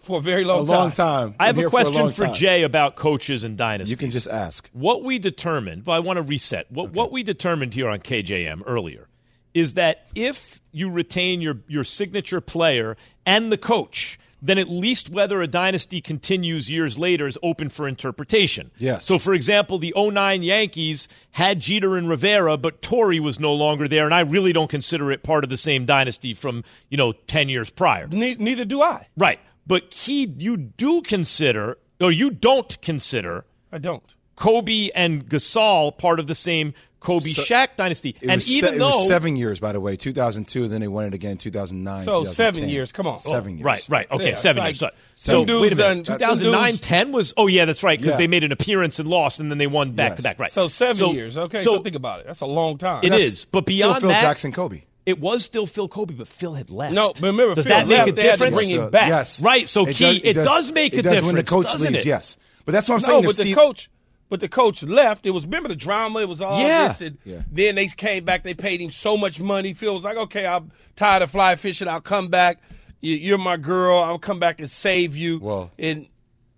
Speaker 5: for a very long
Speaker 4: a long time.
Speaker 3: I have a
Speaker 4: Been here for
Speaker 3: question
Speaker 4: long
Speaker 3: for,
Speaker 4: time.
Speaker 3: Jay about coaches and dynasties.
Speaker 4: You can just ask.
Speaker 3: what we determined, but I want to reset. What, what we determined here on KJM earlier is that if you retain your, your signature player and the coach, then at least whether a dynasty continues years later is open for interpretation.
Speaker 4: Yes.
Speaker 3: So, for example, the 09 Yankees had Jeter and Rivera, but Torrey was no longer there, and I really don't consider it part of the same dynasty from, you know, 10 years prior.
Speaker 5: Ne- neither do I.
Speaker 3: Right. But Key, you do consider, or you don't consider
Speaker 5: I don't.
Speaker 3: Kobe and Gasol part of the same Kobe Shaq dynasty.
Speaker 4: It
Speaker 3: And
Speaker 4: was se-
Speaker 3: even
Speaker 4: it
Speaker 3: though
Speaker 4: was seven years, by the way, 2002, and then they won it again in 2009.
Speaker 5: So seven
Speaker 4: 2010.
Speaker 5: years, come on.
Speaker 4: seven years.
Speaker 3: Right, right. Okay,
Speaker 5: Yeah,
Speaker 3: seven
Speaker 5: like,
Speaker 3: years. So, so
Speaker 5: some dudes
Speaker 3: wait a minute.
Speaker 5: done-
Speaker 3: 2009
Speaker 5: dudes-
Speaker 3: 10 was, oh, yeah, that's right, because
Speaker 4: Yeah.
Speaker 3: they made an appearance and lost, and then they won back to
Speaker 4: Yes.
Speaker 3: back. Right.
Speaker 5: So seven years. Okay, so, think about it. That's a long time.
Speaker 3: It
Speaker 5: That's-
Speaker 3: is. But
Speaker 4: Still
Speaker 3: beyond
Speaker 4: Phil
Speaker 3: that,
Speaker 4: Jackson, Kobe.
Speaker 3: it was still Phil Kobe, but Phil had left.
Speaker 5: No, but remember,
Speaker 3: does
Speaker 5: Phil
Speaker 3: that
Speaker 5: left,
Speaker 3: make a
Speaker 5: they had to
Speaker 3: difference?
Speaker 5: bring him back.
Speaker 4: Yes,
Speaker 3: Right, so Key, it does make a
Speaker 4: it does when the
Speaker 3: difference,
Speaker 4: coach
Speaker 3: doesn't
Speaker 4: leaves.
Speaker 3: it?
Speaker 4: Yes, but that's what I'm
Speaker 5: No,
Speaker 4: saying.
Speaker 5: but
Speaker 4: Steve,
Speaker 5: the coach, but the coach left. It was remember the drama. It was all
Speaker 3: Yeah.
Speaker 5: this, and
Speaker 4: Yeah.
Speaker 5: then they came back. They paid him so much money. Feels like okay, I'm tired of fly fishing. I'll come back. You- You're my girl. I'll come back and save you.
Speaker 4: Well.
Speaker 5: and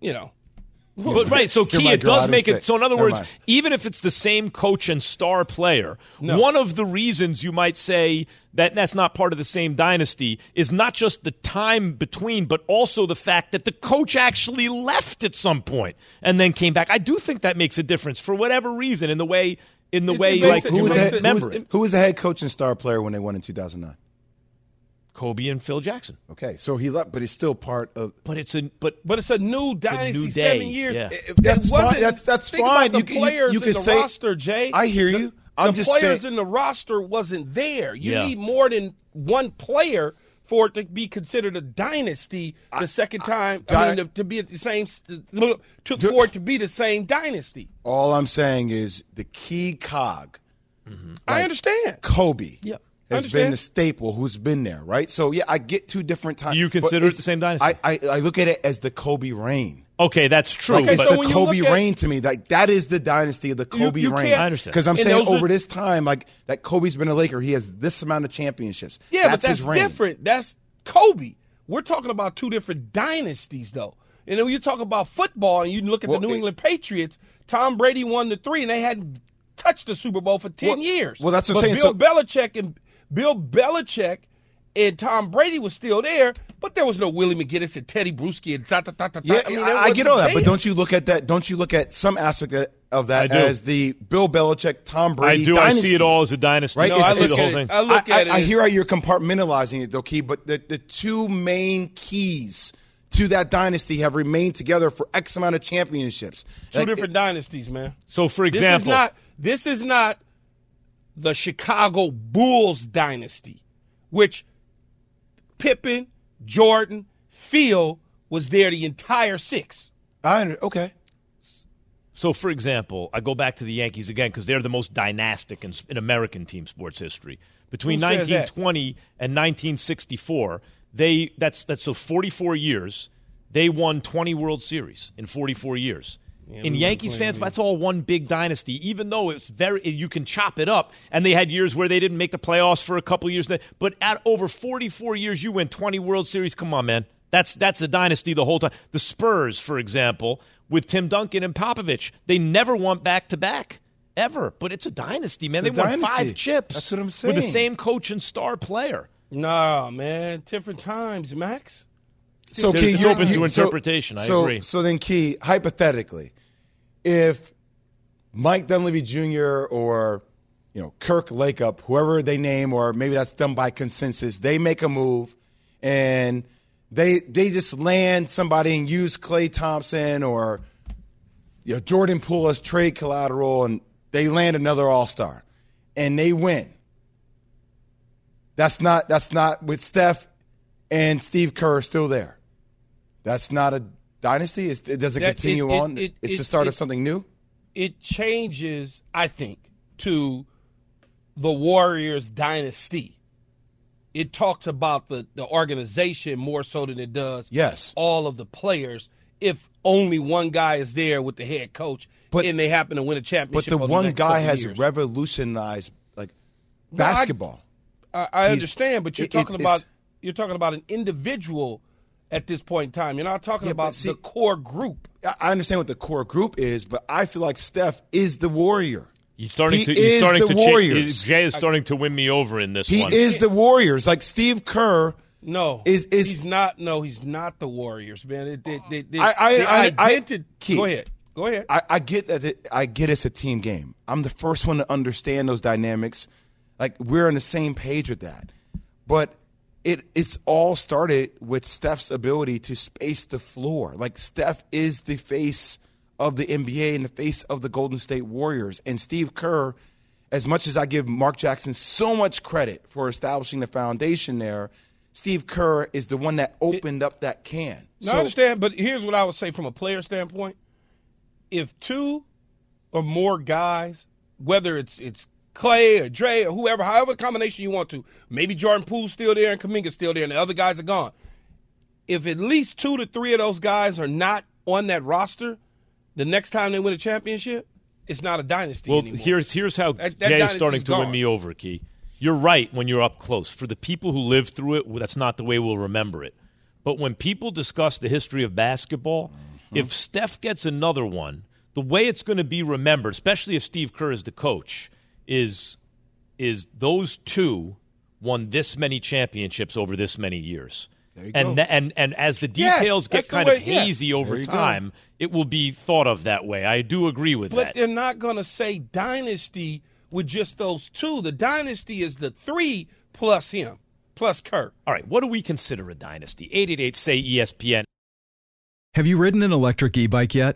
Speaker 5: you know,
Speaker 3: But right, so
Speaker 4: You're
Speaker 3: Key,
Speaker 4: my
Speaker 3: it
Speaker 4: girl, I
Speaker 3: does
Speaker 4: didn't
Speaker 3: make
Speaker 4: say
Speaker 3: it.
Speaker 4: it.
Speaker 3: So in other
Speaker 4: Never
Speaker 3: words,
Speaker 4: mind.
Speaker 3: even if it's the same coach and star player, one of the reasons you might say that that's not part of the same dynasty is not just the time between, but also the fact that the coach actually left at some point and then came back. I do think that makes a difference for whatever reason in the way in the
Speaker 5: It-
Speaker 3: way
Speaker 5: it
Speaker 3: you like
Speaker 5: makes it-
Speaker 4: who
Speaker 5: it
Speaker 4: was,
Speaker 5: makes
Speaker 4: the
Speaker 5: it-
Speaker 4: head, who,
Speaker 3: remember
Speaker 4: was,
Speaker 3: it.
Speaker 4: who was the head coach and star player when they won in 2009?
Speaker 3: Kobe and Phil Jackson.
Speaker 4: Okay, so he left, but it's still part of.
Speaker 3: But it's a but
Speaker 5: but it's a new dynasty.
Speaker 3: new
Speaker 5: Seven
Speaker 3: day,
Speaker 5: years.
Speaker 3: yeah.
Speaker 5: It-
Speaker 4: That's
Speaker 5: it wasn't-
Speaker 4: fine. That's, that's
Speaker 5: think
Speaker 4: fine.
Speaker 5: About the
Speaker 4: You can- you-
Speaker 5: players
Speaker 4: you
Speaker 5: in
Speaker 4: can
Speaker 5: the
Speaker 4: say-
Speaker 5: roster, Jay.
Speaker 4: I hear you.
Speaker 5: The,
Speaker 4: I'm
Speaker 5: the
Speaker 4: just
Speaker 5: players
Speaker 4: saying-
Speaker 5: in the roster wasn't there. You
Speaker 3: Yeah.
Speaker 5: need more than one player for it to be considered a dynasty the second time. I, mean,
Speaker 4: Di-
Speaker 5: to, to be at the same to, for it to be the same dynasty.
Speaker 4: All I'm saying is the key cog,
Speaker 5: I understand.
Speaker 4: Kobe,
Speaker 3: Yeah.
Speaker 4: has been
Speaker 5: Understand.
Speaker 4: the staple who's been there, right? So yeah, I get two different times.
Speaker 3: You
Speaker 4: but
Speaker 3: consider it
Speaker 4: it's-
Speaker 3: the same dynasty?
Speaker 4: I, I, I look at it as the Kobe reign.
Speaker 3: okay, that's true.
Speaker 5: Okay,
Speaker 3: but
Speaker 5: so
Speaker 4: the
Speaker 5: when you
Speaker 4: Kobe
Speaker 5: look at-
Speaker 4: reign to me. Like that is the dynasty of the Kobe
Speaker 5: you
Speaker 4: reign.
Speaker 5: can't- I
Speaker 3: understand.
Speaker 4: Because I'm
Speaker 5: And
Speaker 4: saying
Speaker 5: those are-
Speaker 4: over this time, like that Kobe's been a Laker. He has this amount of championships.
Speaker 5: Yeah,
Speaker 4: that's
Speaker 5: but that's
Speaker 4: his reign.
Speaker 5: different. That's Kobe. We're talking about two different dynasties, though. And then when you talk about football and you look at
Speaker 4: Well,
Speaker 5: the New
Speaker 4: it-
Speaker 5: England Patriots, Tom Brady won the three, and they hadn't touched the Super Bowl for 10
Speaker 4: Well-
Speaker 5: years.
Speaker 4: well, that's what
Speaker 5: but
Speaker 4: I'm saying.
Speaker 5: Bill
Speaker 4: So-
Speaker 5: Belichick and Bill Belichick and Tom Brady was still there, but there was no Willie McGinnis and Teddy Bruschi and ta ta ta ta. ta.
Speaker 4: Yeah,
Speaker 5: mean,
Speaker 4: I, I
Speaker 5: there
Speaker 4: get
Speaker 5: wasn't
Speaker 4: all that,
Speaker 5: there.
Speaker 4: but don't you look at that? Don't you look at some aspect of- of
Speaker 3: I
Speaker 4: that
Speaker 3: do.
Speaker 4: as the Bill Belichick, Tom
Speaker 3: I
Speaker 4: Brady?
Speaker 3: do. I see
Speaker 4: dynasty?
Speaker 3: it all as a dynasty.
Speaker 4: Right?
Speaker 5: No,
Speaker 4: It's-
Speaker 5: I
Speaker 3: I see
Speaker 5: look
Speaker 3: the
Speaker 5: at
Speaker 3: whole
Speaker 5: it-
Speaker 3: thing.
Speaker 5: I look
Speaker 4: I,
Speaker 5: at it
Speaker 4: I
Speaker 5: as-
Speaker 4: hear how you're compartmentalizing it, though, Key, but the, the two main keys to that dynasty have remained together for X amount of championships.
Speaker 5: Two
Speaker 4: Like,
Speaker 5: different dynasties, man.
Speaker 3: So, for
Speaker 5: this is
Speaker 3: example-
Speaker 5: not this is not the Chicago Bulls dynasty, which Pippen, Jordan, Phil was there the entire six.
Speaker 4: I under- okay.
Speaker 3: So, for example, I go back to the Yankees again because they're the most dynastic in, in American team sports history. Between
Speaker 5: Who says that?
Speaker 3: 1920 and 1964, they that's that's so 44 years. They won 20 World Series in 44 years. in
Speaker 5: we
Speaker 3: Yankees
Speaker 5: play,
Speaker 3: fans,
Speaker 5: yeah.
Speaker 3: that's all one big dynasty. Even though it's very, you can chop it up, and they had years where they didn't make the playoffs for a couple years. that- But at over 44 years, you win 20 World Series. Come on, man, that's that's a dynasty the whole time. The Spurs, for example, with Tim Duncan and Popovich, they never won back to back ever. But it's a dynasty, man.
Speaker 4: It's a
Speaker 3: they won
Speaker 4: dynasty.
Speaker 3: five chips.
Speaker 4: That's what I'm
Speaker 3: With the
Speaker 4: saying.
Speaker 3: same coach and star player.
Speaker 5: Nah, man, different times, Max.
Speaker 4: So
Speaker 3: There's-
Speaker 4: Key,
Speaker 3: it's
Speaker 4: you're-
Speaker 3: open
Speaker 4: you-
Speaker 3: to
Speaker 4: so-
Speaker 3: interpretation. I
Speaker 4: so-
Speaker 3: agree.
Speaker 4: So then, Key, hypothetically, if Mike Dunleavy Jr. or you know Kirk Lakeup, whoever they name, or maybe that's done by consensus, they make a move and they they just land somebody and use Clay Thompson or you know, Jordan Poole as trade collateral, and they land another All Star, and they win. That's not that's not with Steph and Steve Kerr still there. That's not a dynasty. It's, it doesn't
Speaker 5: That- it-
Speaker 4: continue
Speaker 5: it-
Speaker 4: on.
Speaker 5: it-
Speaker 4: it's the
Speaker 5: it-
Speaker 4: start
Speaker 5: it-
Speaker 4: of something new.
Speaker 5: It changes, I think, to the Warriors dynasty. It talks about the, the organization more so than it does
Speaker 4: Yes.
Speaker 5: all of the players if only one guy is there with the head coach
Speaker 4: But-
Speaker 5: and they happen to win a
Speaker 4: But
Speaker 5: championship.
Speaker 4: the
Speaker 5: over
Speaker 4: one
Speaker 5: next
Speaker 4: guy
Speaker 5: couple
Speaker 4: has
Speaker 5: years.
Speaker 4: revolutionized like
Speaker 5: No, I-
Speaker 4: basketball.
Speaker 5: I, I
Speaker 4: He's-
Speaker 5: understand, but you're
Speaker 4: it- it's-
Speaker 5: talking
Speaker 4: it's-
Speaker 5: about you're talking about an individual at this point in time. You're not talking
Speaker 4: Yeah, but
Speaker 5: about
Speaker 4: see-
Speaker 5: the core group.
Speaker 4: I I understand what the core group is, but I feel like Steph is the warrior.
Speaker 3: You're starting
Speaker 4: He
Speaker 3: to. You're
Speaker 4: is
Speaker 3: starting
Speaker 4: the
Speaker 3: to. cha-
Speaker 4: Warriors.
Speaker 3: Jay is starting to win me over in this
Speaker 4: He
Speaker 3: one.
Speaker 4: is the Warriors. Like Steve Kerr
Speaker 5: No,
Speaker 4: is is
Speaker 5: he's not. No, he's not the Warriors, man. It, they, they, they,
Speaker 4: I- I-
Speaker 5: the
Speaker 4: I- I-
Speaker 5: identi-
Speaker 4: Keith.
Speaker 5: go ahead, go ahead.
Speaker 4: I, I get that. It, I get it's a team game. I'm the first one to understand those dynamics. Like we're on the same page with that. But it it's all started with Steph's ability to space the floor. Like Steph is the face of the NBA and the face of the Golden State Warriors. And Steve Kerr, as much as I give Mark Jackson so much credit for establishing the foundation there, Steve Kerr is the one that opened up that can.
Speaker 5: No, I understand, but here's what I would say from a player standpoint: if two or more guys, whether it's it's Clay or Dre or whoever, however combination you want to, maybe Jordan Poole's still there and Kaminga's still there, and the other guys are gone. If at least two to three of those guys are not on that roster, the next time they win a championship, it's not a dynasty
Speaker 3: Well,
Speaker 5: anymore.
Speaker 3: here's here's how
Speaker 5: That- that
Speaker 3: Jay is
Speaker 5: dynasty's
Speaker 3: starting to win
Speaker 5: gone.
Speaker 3: me over, Key. You're right when you're up close. For the people who live through it, well, that's not the way we'll remember it. But when people discuss the history of basketball,
Speaker 5: Mm-hmm.
Speaker 3: if Steph gets another one, the way it's going to be remembered, especially if Steve Kerr is the coach, is is those two won this many championships over this many years. And, tha- and and as the
Speaker 5: Yes,
Speaker 3: details
Speaker 5: that's
Speaker 3: get
Speaker 5: the
Speaker 3: kind of
Speaker 5: way- yeah.
Speaker 3: hazy over time, it will be thought of that way. I do agree with
Speaker 5: But
Speaker 3: that.
Speaker 5: they're not going to say dynasty with just those two. The dynasty is the three plus him, plus Kirk.
Speaker 3: All right, what do we consider a dynasty? 888 say E ESPN.
Speaker 11: Have you ridden an electric e bike yet?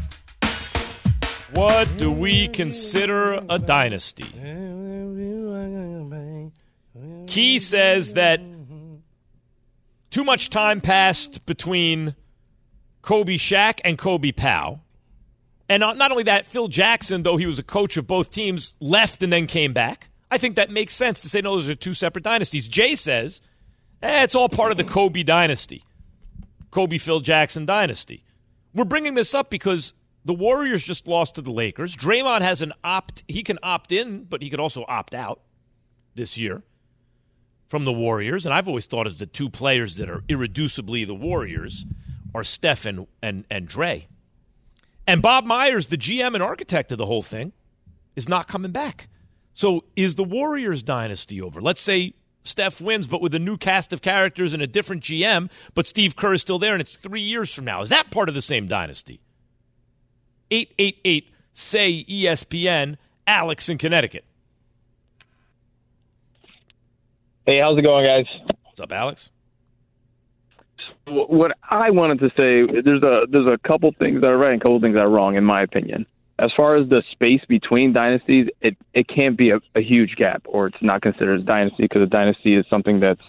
Speaker 3: What do we consider a dynasty? Key says that too much time passed between Kobe Shaq and Kobe Powell. And not not only that, Phil Jackson, though he was a coach of both teams, left and then came back. I think that makes sense to say, no, those are two separate dynasties. Jay says, eh, it's all part of the Kobe dynasty, Kobe Phil Jackson dynasty. We're bringing this up because the Warriors just lost to the Lakers. Draymond has an opt, he can opt in, but he could also opt out this year from the Warriors. And I've always thought as the two players that are irreducibly the Warriors are Steph and, and, and Dre. And Bob Myers, the GM and architect of the whole thing, is not coming back. So is the Warriors dynasty over? Let's say Steph wins, but with a new cast of characters and a different GM, but Steve Kerr is still there and it's three years from now. Is that part of the same dynasty? 888 say E ESPN, Alex in Connecticut.
Speaker 12: Hey, how's it going, guys?
Speaker 3: What's up, Alex?
Speaker 12: What I wanted to say, there's a there's a couple things that are right and a couple things that are wrong, in my opinion. As far as the space between dynasties, it it can't be a, a huge gap, or it's not considered a dynasty because a dynasty is something that's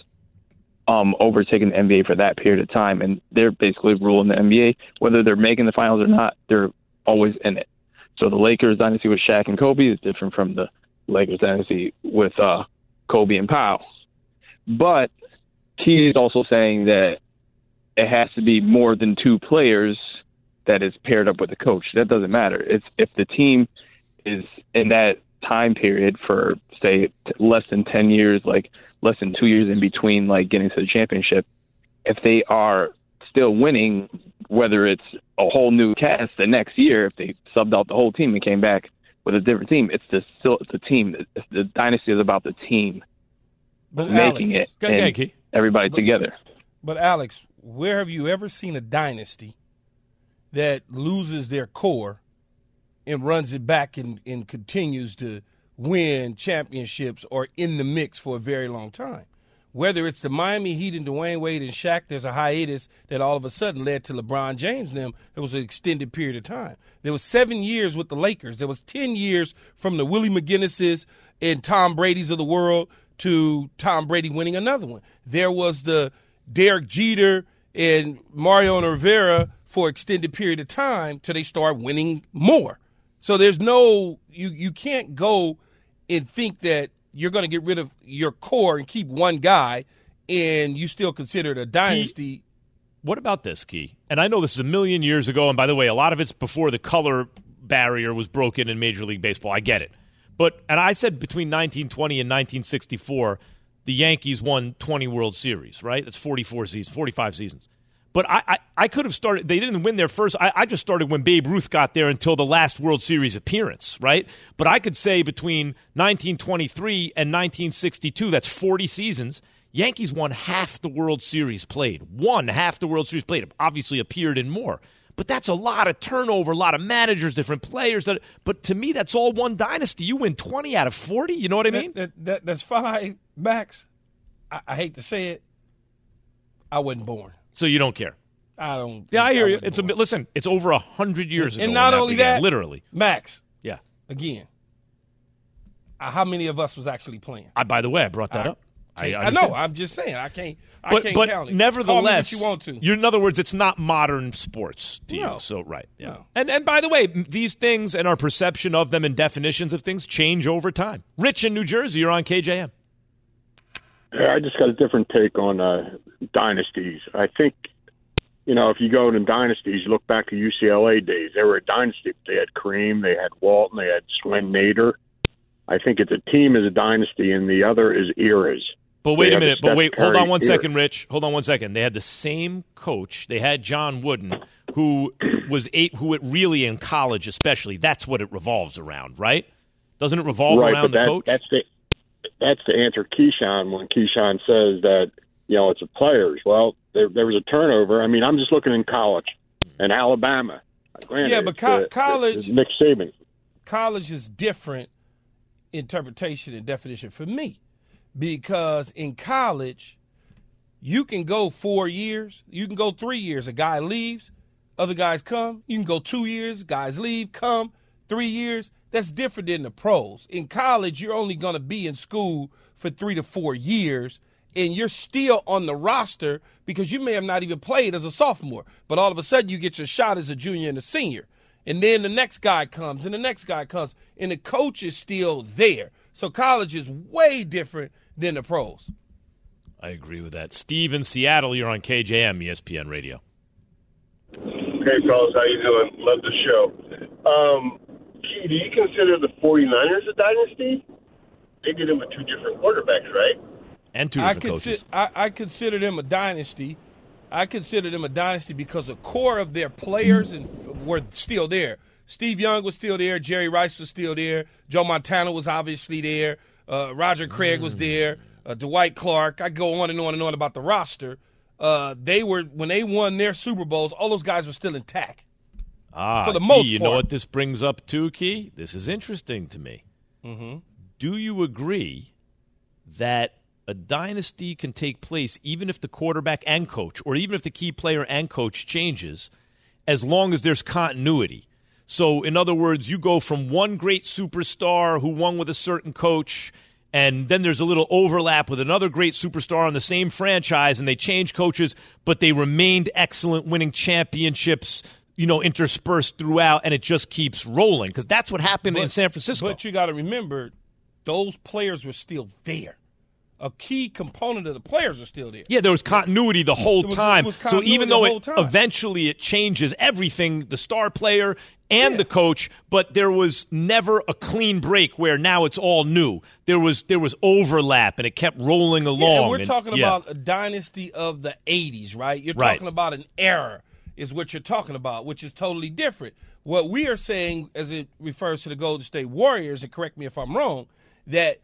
Speaker 12: um, overtaken the NBA for that period of time, and they're basically ruling the NBA. Whether they're making the finals or not, they're always in it. So the Lakers dynasty with Shaq and Kobe is different from the Lakers dynasty with uh, Kobe and Powell. But Key is also saying that it has to be more than two players that is paired up with the coach. That doesn't matter. It's if the team is in that time period for say t- less than 10 years, like less than 2 years in between like getting to the championship, if they are still winning whether it's a whole new cast the next year if they subbed out the whole team and came back with a different team, it's the still it's the team. It's- The dynasty is about the team
Speaker 5: But
Speaker 12: making
Speaker 5: Alex,
Speaker 12: it
Speaker 5: go-
Speaker 12: and
Speaker 5: thank you.
Speaker 12: everybody
Speaker 5: But-
Speaker 12: together.
Speaker 5: But Alex, where have you ever seen a dynasty that loses their core and runs it back and, and continues to win championships or in the mix for a very long time? Whether it's the Miami Heat and Dwayne Wade and Shaq, there's a hiatus that all of a sudden led to LeBron James and them. It was an extended period of time. There was seven years with the Lakers. There was ten years from the Willie McGinnises and Tom Brady's of the world to Tom Brady winning another one. There was the Derek Jeter and Mariano Rivera for extended period of time till they start winning more. So there's no you you can't go and think that you're going to get rid of your core and keep one guy and you still consider it a dynasty.
Speaker 3: What about this, Key? And I know this is a million years ago, and by the way, a lot of it's before the color barrier was broken in Major League Baseball. I get it. But and I said between 1920 and 1964, the Yankees won 20 World Series, right? That's 44 seasons, 45 seasons. But I, I, I could have started. They didn't win their first. I, I just started when Babe Ruth got there until the last World Series appearance, right? But I could say between 1923 and 1962, that's 40 seasons. Yankees won half the World Series played. Won half the World Series played. Obviously appeared in more. But that's a lot of turnover, a lot of managers, different players. That, but to me, that's all one dynasty. You win 20 out of 40. You know what I mean?
Speaker 5: That, that, that- that's five backs. I, I hate to say it. I wasn't born.
Speaker 3: So you don't care.
Speaker 5: I don't.
Speaker 3: Yeah, I hear you. It's a bit. Listen, it's over a hundred years ago.
Speaker 5: And
Speaker 3: when
Speaker 5: not only
Speaker 3: began,
Speaker 5: that-
Speaker 3: literally.
Speaker 5: Max,
Speaker 3: Yeah.
Speaker 5: again, uh, how many of us was actually playing?
Speaker 3: I, by the way, I brought that up. I,
Speaker 5: I know. I'm just saying. I can't. I
Speaker 3: but
Speaker 5: can't
Speaker 3: but
Speaker 5: count it.
Speaker 3: nevertheless,
Speaker 5: Call me what you want to.
Speaker 3: are in other words, it's not modern sports to
Speaker 5: No.
Speaker 3: you. So right. Yeah. And and by the way, m- these things and our perception of them and definitions of things change over time. Rich in New Jersey, you're on KJM.
Speaker 13: Yeah, I just got a different take on uh, dynasties. I think, you know, if you go to dynasties, you look back to UCLA days. They were a dynasty. They had Kareem, they had Walton, they had Swin Nader. I think it's a team is a dynasty, and the other is eras.
Speaker 3: But wait
Speaker 13: They
Speaker 3: a
Speaker 13: have
Speaker 3: minute.
Speaker 13: Steph
Speaker 3: But wait, hold
Speaker 13: Curry
Speaker 3: on one
Speaker 13: era.
Speaker 3: second, Rich. Hold on one second. They had the same coach. They had John Wooden, who was eight. Who it really in college, especially. That's what it revolves around, right? Doesn't it revolve
Speaker 13: right,
Speaker 3: around
Speaker 13: but
Speaker 3: the
Speaker 13: that,
Speaker 3: coach?
Speaker 13: That's the that's the answer Keyshawn when Keyshawn says that you know it's the players. Well, there there was a turnover. I mean, I'm just looking in college and Alabama. Granted,
Speaker 5: Yeah, but
Speaker 13: it's
Speaker 5: co-
Speaker 13: the- it's
Speaker 5: college-
Speaker 13: Nick Saban.
Speaker 5: college is different interpretation and definition for me because in college you can go four years you can go three years a guy leaves other guys come you can go two years guys leave come three years that's different than the pros in college you're only going to be in school for three to four years and you're still on the roster because you may have not even played as a sophomore but all of a sudden you get your shot as a junior and a senior and then the next guy comes, and the next guy comes, and the coach is still there. So college is way different than the pros.
Speaker 3: I agree with that. Steve in Seattle, you're on KJM ESPN Radio.
Speaker 14: Hey, fellas, how you doing? Love the show. Um, gee, do you consider the 49ers a dynasty? They did it with two different quarterbacks, right?
Speaker 3: And two
Speaker 5: I,
Speaker 3: different coaches.
Speaker 5: consi- I, I consider them a dynasty. I consider them a dynasty because the core of their players and f- were still there. Steve Young was still there. Jerry Rice was still there. Joe Montana was obviously there. Uh, Roger Craig
Speaker 3: Mm.
Speaker 5: was there. Uh, Dwight Clark. I go on and on and on about the roster. Uh, they were when they won their Super Bowls. All those guys were still intact.
Speaker 3: Ah,
Speaker 5: for the
Speaker 3: Key,
Speaker 5: most
Speaker 3: you know
Speaker 5: part.
Speaker 3: what this brings up too, Key? This is interesting to me.
Speaker 5: Mm-hmm.
Speaker 3: Do you agree that a dynasty can take place even if the quarterback and coach, or even if the key player and coach changes, as long as there's continuity? So, in other words, you go from one great superstar who won with a certain coach, and then there's a little overlap with another great superstar on the same franchise, and they change coaches, but they remained excellent, winning championships, you know, interspersed throughout, and it just keeps rolling because that's what happened in
Speaker 5: But-
Speaker 3: San Francisco.
Speaker 5: But you got to remember, those players were still there. A key component of the players are still there.
Speaker 3: Yeah, there was continuity the whole
Speaker 5: It was- it
Speaker 3: time.
Speaker 5: was
Speaker 3: so
Speaker 5: continuity
Speaker 3: even
Speaker 5: the
Speaker 3: though
Speaker 5: whole
Speaker 3: it
Speaker 5: time.
Speaker 3: eventually it changes everything, the star player and the coach, but there was never a clean break where now it's all new. There was there was overlap and it kept rolling along.
Speaker 5: Yeah, and we're
Speaker 3: and-
Speaker 5: talking
Speaker 3: yeah.
Speaker 5: about a dynasty of the 80s, right? You're
Speaker 3: Right.
Speaker 5: talking about an era, is what you're talking about, which is totally different. What we are saying, as it refers to the Golden State Warriors, and correct me if I'm wrong, that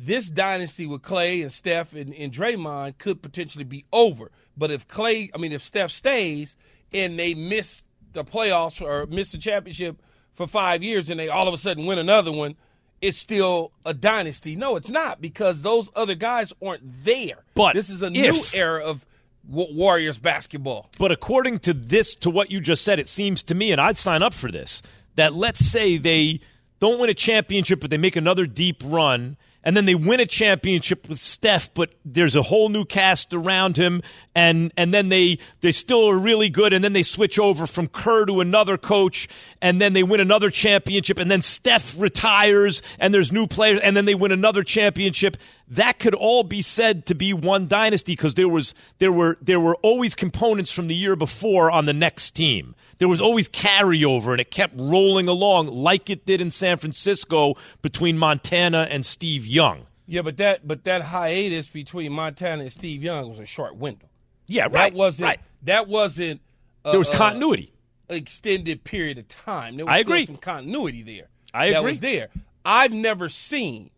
Speaker 5: this dynasty with Clay and Steph and, and Draymond could potentially be over. But if Clay, I mean, if Steph stays and they miss the playoffs or miss the championship for five years and they all of a sudden win another one, it's still a dynasty. No, it's not because those other guys aren't there.
Speaker 3: But
Speaker 5: this is a new
Speaker 3: if-
Speaker 5: era of wa- Warriors basketball.
Speaker 3: But according to this, to what you just said, it seems to me, and I'd sign up for this, that let's say they don't win a championship, but they make another deep run, and then they win a championship with Steph, but there's a whole new cast around him, and, and then they, they still are really good, and then they switch over from Kerr to another coach, and then they win another championship, and then Steph retires, and there's new players, and then they win another championship. That could all be said to be one dynasty because there was there were there were always components from the year before on the next team. There was always carryover, and it kept rolling along like it did in San Francisco between Montana and Steve Young.
Speaker 5: Yeah, but that but that hiatus between Montana and Steve Young was a short window.
Speaker 3: Yeah,
Speaker 5: That
Speaker 3: right,
Speaker 5: wasn't
Speaker 3: right.
Speaker 5: that wasn't uh,
Speaker 3: There was
Speaker 5: uh,
Speaker 3: continuity.
Speaker 5: extended period of time. There was
Speaker 3: I
Speaker 5: still
Speaker 3: agree.
Speaker 5: some continuity there.
Speaker 3: I
Speaker 5: that
Speaker 3: agree.
Speaker 5: was there. I've never seen,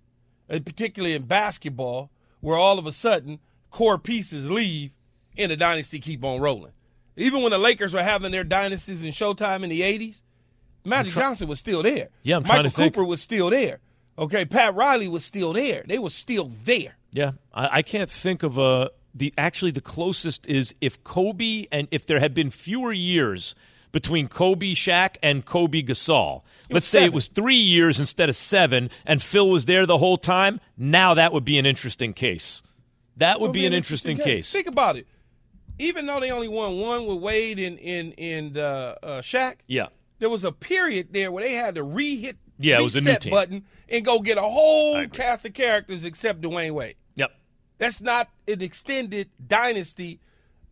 Speaker 5: uh, particularly in basketball, where all of a sudden core pieces leave and the dynasty keep on rolling. Even when the Lakers were having their dynasties in Showtime in the '80s, Magic Johnson was still there.
Speaker 3: Yeah, I'm
Speaker 5: Michael
Speaker 3: trying to think.
Speaker 5: Cooper was still there. Okay, Pat Riley was still there. They were still there.
Speaker 3: Yeah, I, I can't think of a the actually the closest is if Kobe and if there had been fewer years between Kobe Shaq and Kobe Gasol. Let's say it was three years instead of seven, and Phil was there the whole time. Now that would be an interesting case. That would be an interesting case.
Speaker 5: Think about it. Even though they only won one with Wade and and and uh, uh, Shaq,
Speaker 3: Yeah.
Speaker 5: there was a period there where they had to re-hit
Speaker 3: Yeah, it was a new
Speaker 5: reset
Speaker 3: team.
Speaker 5: button and go get a whole cast of characters except Dwayne Wade.
Speaker 3: Yep.
Speaker 5: That's not an extended dynasty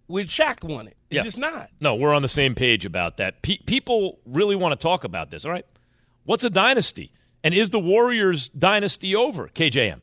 Speaker 5: when Shaq won it. It's
Speaker 3: Yeah.
Speaker 5: just not.
Speaker 3: No, we're on the same page about that. Pe- people really want to talk about this. All right, what's a dynasty, and is the Warriors dynasty over? KJM.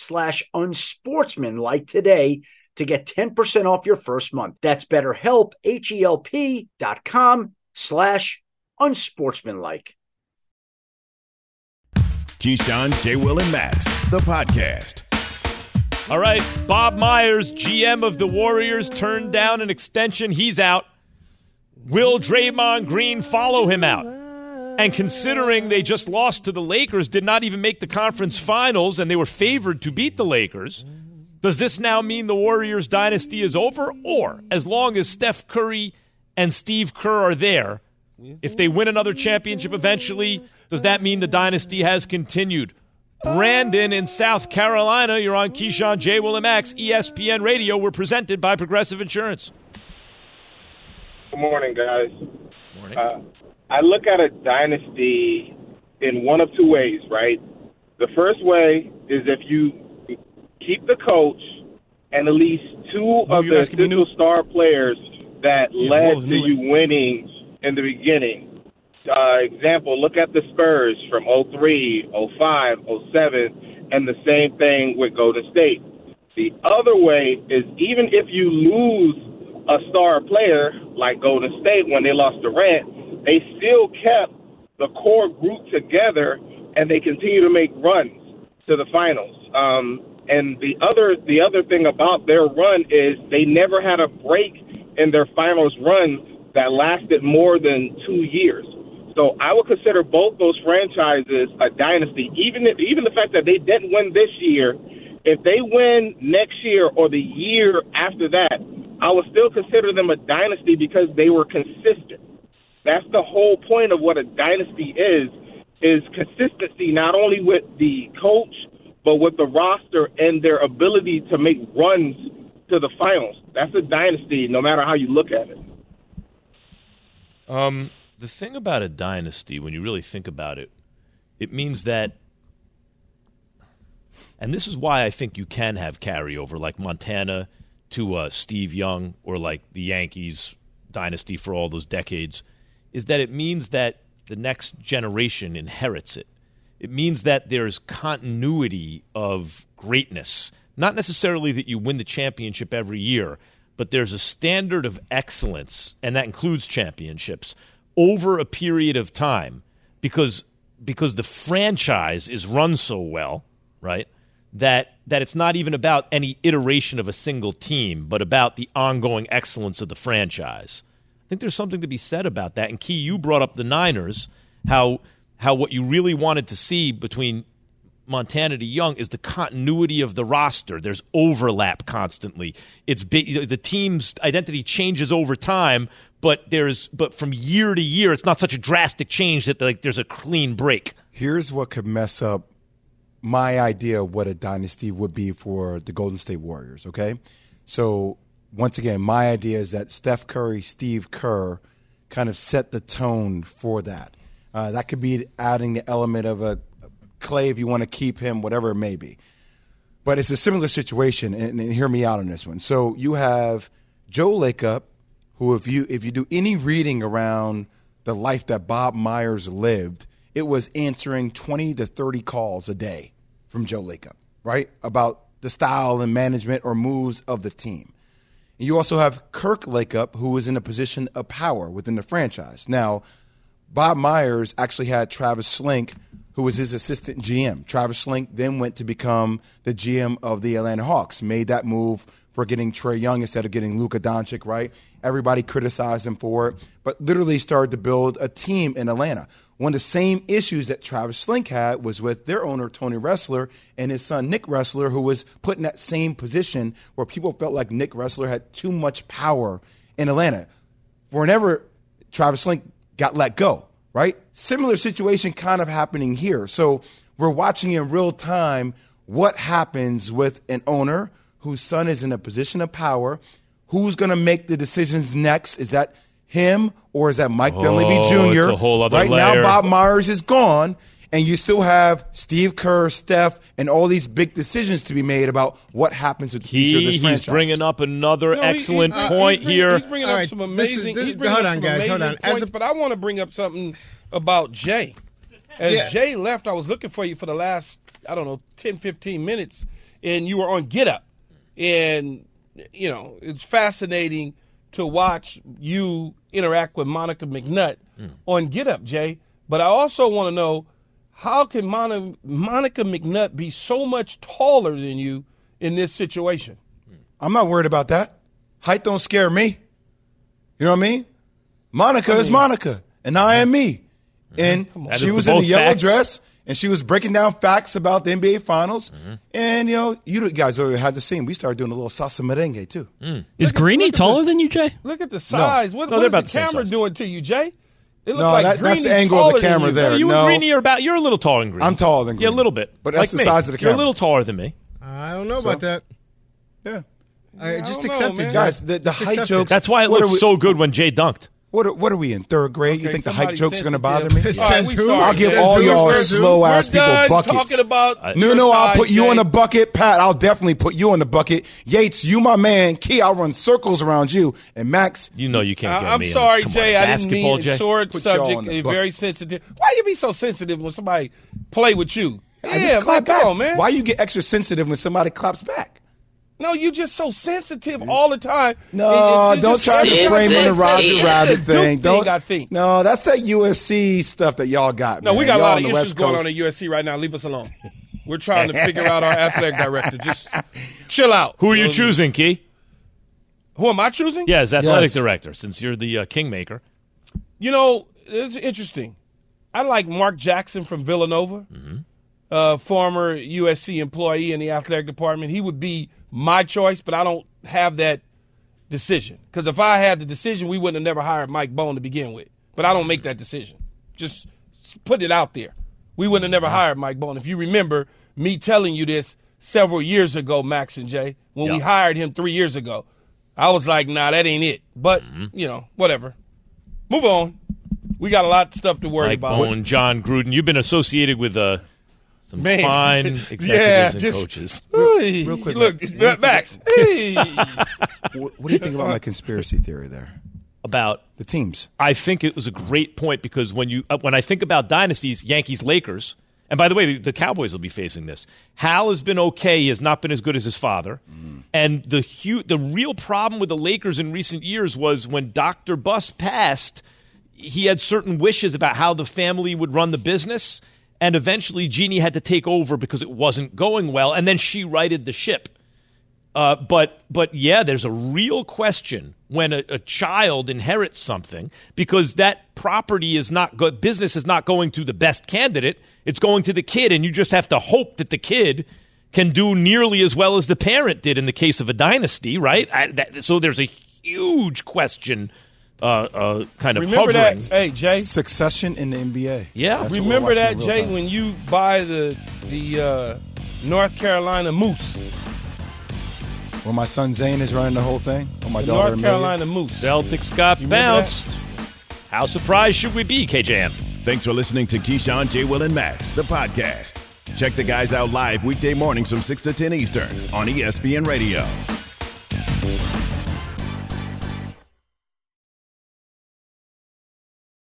Speaker 15: slash unsportsmanlike today to get 10% off your first month. That's betterhelp, H-E-L-P E dot com slash unsportsmanlike.
Speaker 2: Keyshawn, J. Will, and Max, the podcast.
Speaker 3: All right, Bob Myers, GM of the Warriors, turned down an extension. He's out. Will Draymond Green follow him out? And considering they just lost to the Lakers, did not even make the conference finals, and they were favored to beat the Lakers, does this now mean the Warriors dynasty is over? Or as long as Steph Curry and Steve Kerr are there, if they win another championship eventually, does that mean the dynasty has continued? Brandon in South Carolina, you're on Keyshawn J. E Will and Max, ESPN Radio. We're presented by Progressive Insurance.
Speaker 16: Good morning, guys. Morning. Uh, I look at a dynasty in one of two ways, right? The first way is if you keep the coach and at least two
Speaker 5: Who
Speaker 16: of
Speaker 5: you
Speaker 16: the
Speaker 5: asking me,
Speaker 16: essential star players that
Speaker 5: Yeah,
Speaker 16: led
Speaker 5: Noel's
Speaker 16: to
Speaker 5: new.
Speaker 16: you winning in the beginning. Uh, example, look at the Spurs from 03, 05, 07, and the same thing with Golden State. The other way is even if you lose a star player like Golden State when they lost Durant, they still kept the core group together and they continue to make runs to the finals. Um, and the other the other thing about their run is they never had a break in their finals run that lasted more than two years. So I would consider both those franchises a dynasty. Even if, even the fact that they didn't win this year, if they win next year or the year after that, I would still consider them a dynasty because they were consistent. That's the whole point of what a dynasty is is consistency not only with the coach but with the roster and their ability to make runs to the finals. That's a dynasty no matter how you look at it.
Speaker 3: Um, the thing about a dynasty, when you really think about it, it means that, and this is why I think you can have carryover, like Montana to uh, Steve Young, or like the Yankees dynasty for all those decades, is that it means that the next generation inherits it. It means that there's continuity of greatness. Not necessarily that you win the championship every year, but there's a standard of excellence, and that includes championships, over a period of time because because the franchise is run so well, right? That that it's not even about any iteration of a single team, but about the ongoing excellence of the franchise. I think there's something to be said about that. And Key, you brought up the Niners, how how what you really wanted to see between Montana to Young is the continuity of the roster. There's overlap constantly. It's big, the team's identity changes over time, but there's but from year to year, it's not such a drastic change that like there's a clean break.
Speaker 17: Here's what could mess up my idea of what a dynasty would be for the Golden State Warriors, okay? So, once again, my idea is that Steph Curry, Steve Kerr kind of set the tone for that. Uh, that could be adding the element of a Clay if you want to keep him, whatever it may be. But it's a similar situation, and, and hear me out on this one. So, you have Joe Lakeup, who, if you, if you do any reading around the life that Bob Myers lived, it was answering 20 to 30 calls a day from Joe Lacob, right? About the style and management or moves of the team. And you also have Kirk Lakeup, who is in a position of power within the franchise. Now, Bob Myers actually had Travis Slink,
Speaker 4: who was his assistant GM. Travis Slink then went to become the GM of the Atlanta Hawks, made that move for getting Trey Young instead of getting Luka Doncic, right? Everybody criticized him for it, but literally started to build a team in Atlanta. One of the same issues that Travis Slink had was with their owner, Tony Wrestler, and his son, Nick Wrestler, who was put in that same position where people felt like Nick Wrestler had too much power in Atlanta. Whenever Travis Slink got let go, right? Similar situation kind of happening here. So we're watching in real time what happens with an owner whose son is in a position of power. Who's going to make the decisions next? Is that him or is that Mike
Speaker 3: Oh,
Speaker 4: Dunleavy Jr.?
Speaker 3: it's a whole other
Speaker 4: right now,
Speaker 3: layer.
Speaker 4: Bob Myers is gone, and you still have Steve Kerr, Steph, and all these big decisions to be made about what happens with the future of
Speaker 3: He,
Speaker 4: this
Speaker 3: he's
Speaker 4: franchise.
Speaker 3: bringing up another
Speaker 4: No, he-
Speaker 3: excellent
Speaker 4: he- uh,
Speaker 3: point
Speaker 4: he's bringing-
Speaker 3: here.
Speaker 5: He's bringing up
Speaker 4: All right,
Speaker 5: some
Speaker 4: this is-
Speaker 5: amazing.
Speaker 4: this-
Speaker 5: he's bringing
Speaker 4: hold
Speaker 5: up
Speaker 4: on,
Speaker 5: some
Speaker 4: guys, hold
Speaker 5: amazing
Speaker 4: on. As
Speaker 5: points, but I want to bring up something about Jay. As
Speaker 18: Yeah.
Speaker 5: Jay left, I was looking for you for the last I don't know 10, 15 minutes, and you were on Get Up, and you know it's fascinating to watch you interact with Monica McNutt
Speaker 3: Hmm.
Speaker 5: on Get Up, Jay. But I also want to know how can Monica, Monica McNutt be so much taller than you in this situation?
Speaker 4: I'm not worried about that. Height don't scare me. You know what I mean? Monica is Monica, and I am me.
Speaker 18: Mm-hmm.
Speaker 4: And
Speaker 17: That
Speaker 4: she
Speaker 17: is
Speaker 4: was
Speaker 17: the
Speaker 4: in a
Speaker 17: both
Speaker 4: yellow
Speaker 17: facts.
Speaker 4: dress, and she was breaking down facts about the NBA Finals.
Speaker 3: Mm-hmm.
Speaker 4: And you know, you guys already had the scene. We started doing a little salsa merengue too.
Speaker 18: Mm.
Speaker 6: Is Greeny taller than you, Jay?
Speaker 5: Look at the size. What, what is the camera doing to you, Jay? It looked
Speaker 4: No,
Speaker 5: like
Speaker 4: that- that's the
Speaker 5: Greeny's
Speaker 4: angle of
Speaker 5: taller
Speaker 4: the
Speaker 5: than
Speaker 4: camera
Speaker 5: you.
Speaker 4: there.
Speaker 3: you
Speaker 4: no.
Speaker 3: and Greeny are about. You're a little taller than Greeny.
Speaker 4: I'm taller than
Speaker 3: Yeah, a
Speaker 4: Greeny.
Speaker 3: little bit.
Speaker 4: But that's
Speaker 3: Like
Speaker 4: the
Speaker 3: me.
Speaker 4: size of the
Speaker 3: You're a
Speaker 4: camera.
Speaker 3: little taller than me.
Speaker 18: I don't know
Speaker 4: So?
Speaker 18: about that.
Speaker 4: Yeah.
Speaker 18: I just
Speaker 4: don't know,
Speaker 18: accept it,
Speaker 4: man. Guys, the- the
Speaker 18: Just
Speaker 4: height
Speaker 18: accept
Speaker 4: jokes-
Speaker 3: That's why it
Speaker 4: What
Speaker 3: looks
Speaker 4: are we-
Speaker 3: so good when Jay dunked.
Speaker 4: What are, what are we in third grade? you
Speaker 3: Okay,
Speaker 4: think the hype
Speaker 3: somebody
Speaker 4: jokes are going to
Speaker 3: sensitive.
Speaker 4: bother me?
Speaker 3: Says All right, we who? sorry.
Speaker 4: I'll give
Speaker 3: Says
Speaker 4: all
Speaker 3: who?
Speaker 4: y'all
Speaker 3: Says who?
Speaker 4: slow ass
Speaker 3: We're
Speaker 4: people
Speaker 3: done
Speaker 4: buckets.
Speaker 3: talking about
Speaker 4: no,
Speaker 3: your
Speaker 4: no, I'll
Speaker 3: size,
Speaker 4: put you
Speaker 3: Jay.
Speaker 4: in the bucket, Pat. I'll definitely put you in the bucket. Yates, you my man. Key, I'll run circles around you. And Max,
Speaker 3: you know you
Speaker 5: I- I'm sorry, Jay. I didn't mean a short
Speaker 4: Put y'all
Speaker 5: subject.
Speaker 4: in the
Speaker 5: A
Speaker 4: bucket.
Speaker 5: very sensitive. Why you be so sensitive when somebody play with you?
Speaker 4: I
Speaker 5: Yeah,
Speaker 4: just clap
Speaker 5: man,
Speaker 4: back.
Speaker 5: come on, man.
Speaker 4: Why you get extra sensitive when somebody claps back?
Speaker 5: No, you just so sensitive all the time.
Speaker 4: No, don't try to frame on the Roger Rabbit thing. Don't.
Speaker 5: Don't.
Speaker 4: No, that's that USC stuff that y'all got.
Speaker 5: No, we
Speaker 4: man.
Speaker 5: got a
Speaker 4: Y'all
Speaker 5: lot
Speaker 4: on
Speaker 5: of
Speaker 4: the
Speaker 5: issues
Speaker 4: West
Speaker 5: going
Speaker 4: Coast.
Speaker 5: on at USC right now. Leave us alone. We're trying to figure out our athletic director. Just chill out.
Speaker 3: Who are you choosing, Key?
Speaker 5: Who am I choosing?
Speaker 3: Yeah, as athletic director, since you're the uh, kingmaker.
Speaker 5: You know, it's interesting. I like Mark Jackson from Villanova, uh, former USC employee in the athletic department. He would be my choice, but I don't have that decision. Because if I had the decision, we wouldn't have never hired Mike Bone to begin with. But I don't make that decision. Just put it out there. We wouldn't have never hired Mike Bone. If you remember me telling you this several years ago, Max and Jay, when we
Speaker 3: Yeah.
Speaker 5: hired him three years ago, I was like, nah, that ain't it. But,
Speaker 3: Mm-hmm.
Speaker 5: you know, whatever. Move on. We got a lot of stuff to worry
Speaker 3: Mike
Speaker 5: about.
Speaker 3: Bone, John Gruden. You've been associated with uh, some
Speaker 5: Man.
Speaker 3: fine
Speaker 5: Yeah,
Speaker 3: executives and
Speaker 5: just-
Speaker 3: coaches.
Speaker 5: Hey, look, Max. Hey.
Speaker 4: What, what do you think about my conspiracy theory there?
Speaker 3: About
Speaker 4: the teams.
Speaker 3: I think it was a great point because when you uh, when I think about dynasties, Yankees, Lakers, and by the way, the, the Cowboys will be facing this. Hal has been okay; he has not been as good as his father. And the hu- the real problem with the Lakers in recent years was when Doctor Bus passed, he had certain wishes about how the family would run the business, and eventually Jeannie had to take over because it wasn't going well, and then she righted the ship. Uh, but but yeah, there's a real question when a, a child inherits something because that property is not good. Business is not going to the best candidate. It's going to the kid, and you just have to hope that the kid can do nearly as well as the parent did in the case of a dynasty, right? I, that, so there's a huge question, uh, uh, kind of
Speaker 5: Remember that-
Speaker 3: hovering.
Speaker 5: hey, Jay.
Speaker 4: Succession in the NBA.
Speaker 3: Yeah.
Speaker 4: That's what we're
Speaker 5: Remember
Speaker 4: watching
Speaker 5: that,
Speaker 4: in real
Speaker 5: Jay,
Speaker 4: time.
Speaker 5: when you buy the the uh, North Carolina Moose,
Speaker 4: When my son Zane is running the whole thing. Oh my
Speaker 5: the
Speaker 4: daughter.
Speaker 5: North
Speaker 4: Amelia.
Speaker 5: Carolina Moose.
Speaker 3: Celtics got bounced. How surprised should we be, KJM?
Speaker 2: Thanks for listening to Keyshawn, J. Will, and Max, the podcast. Check the guys out live weekday mornings from 6 to 10 Eastern on E ESPN Radio.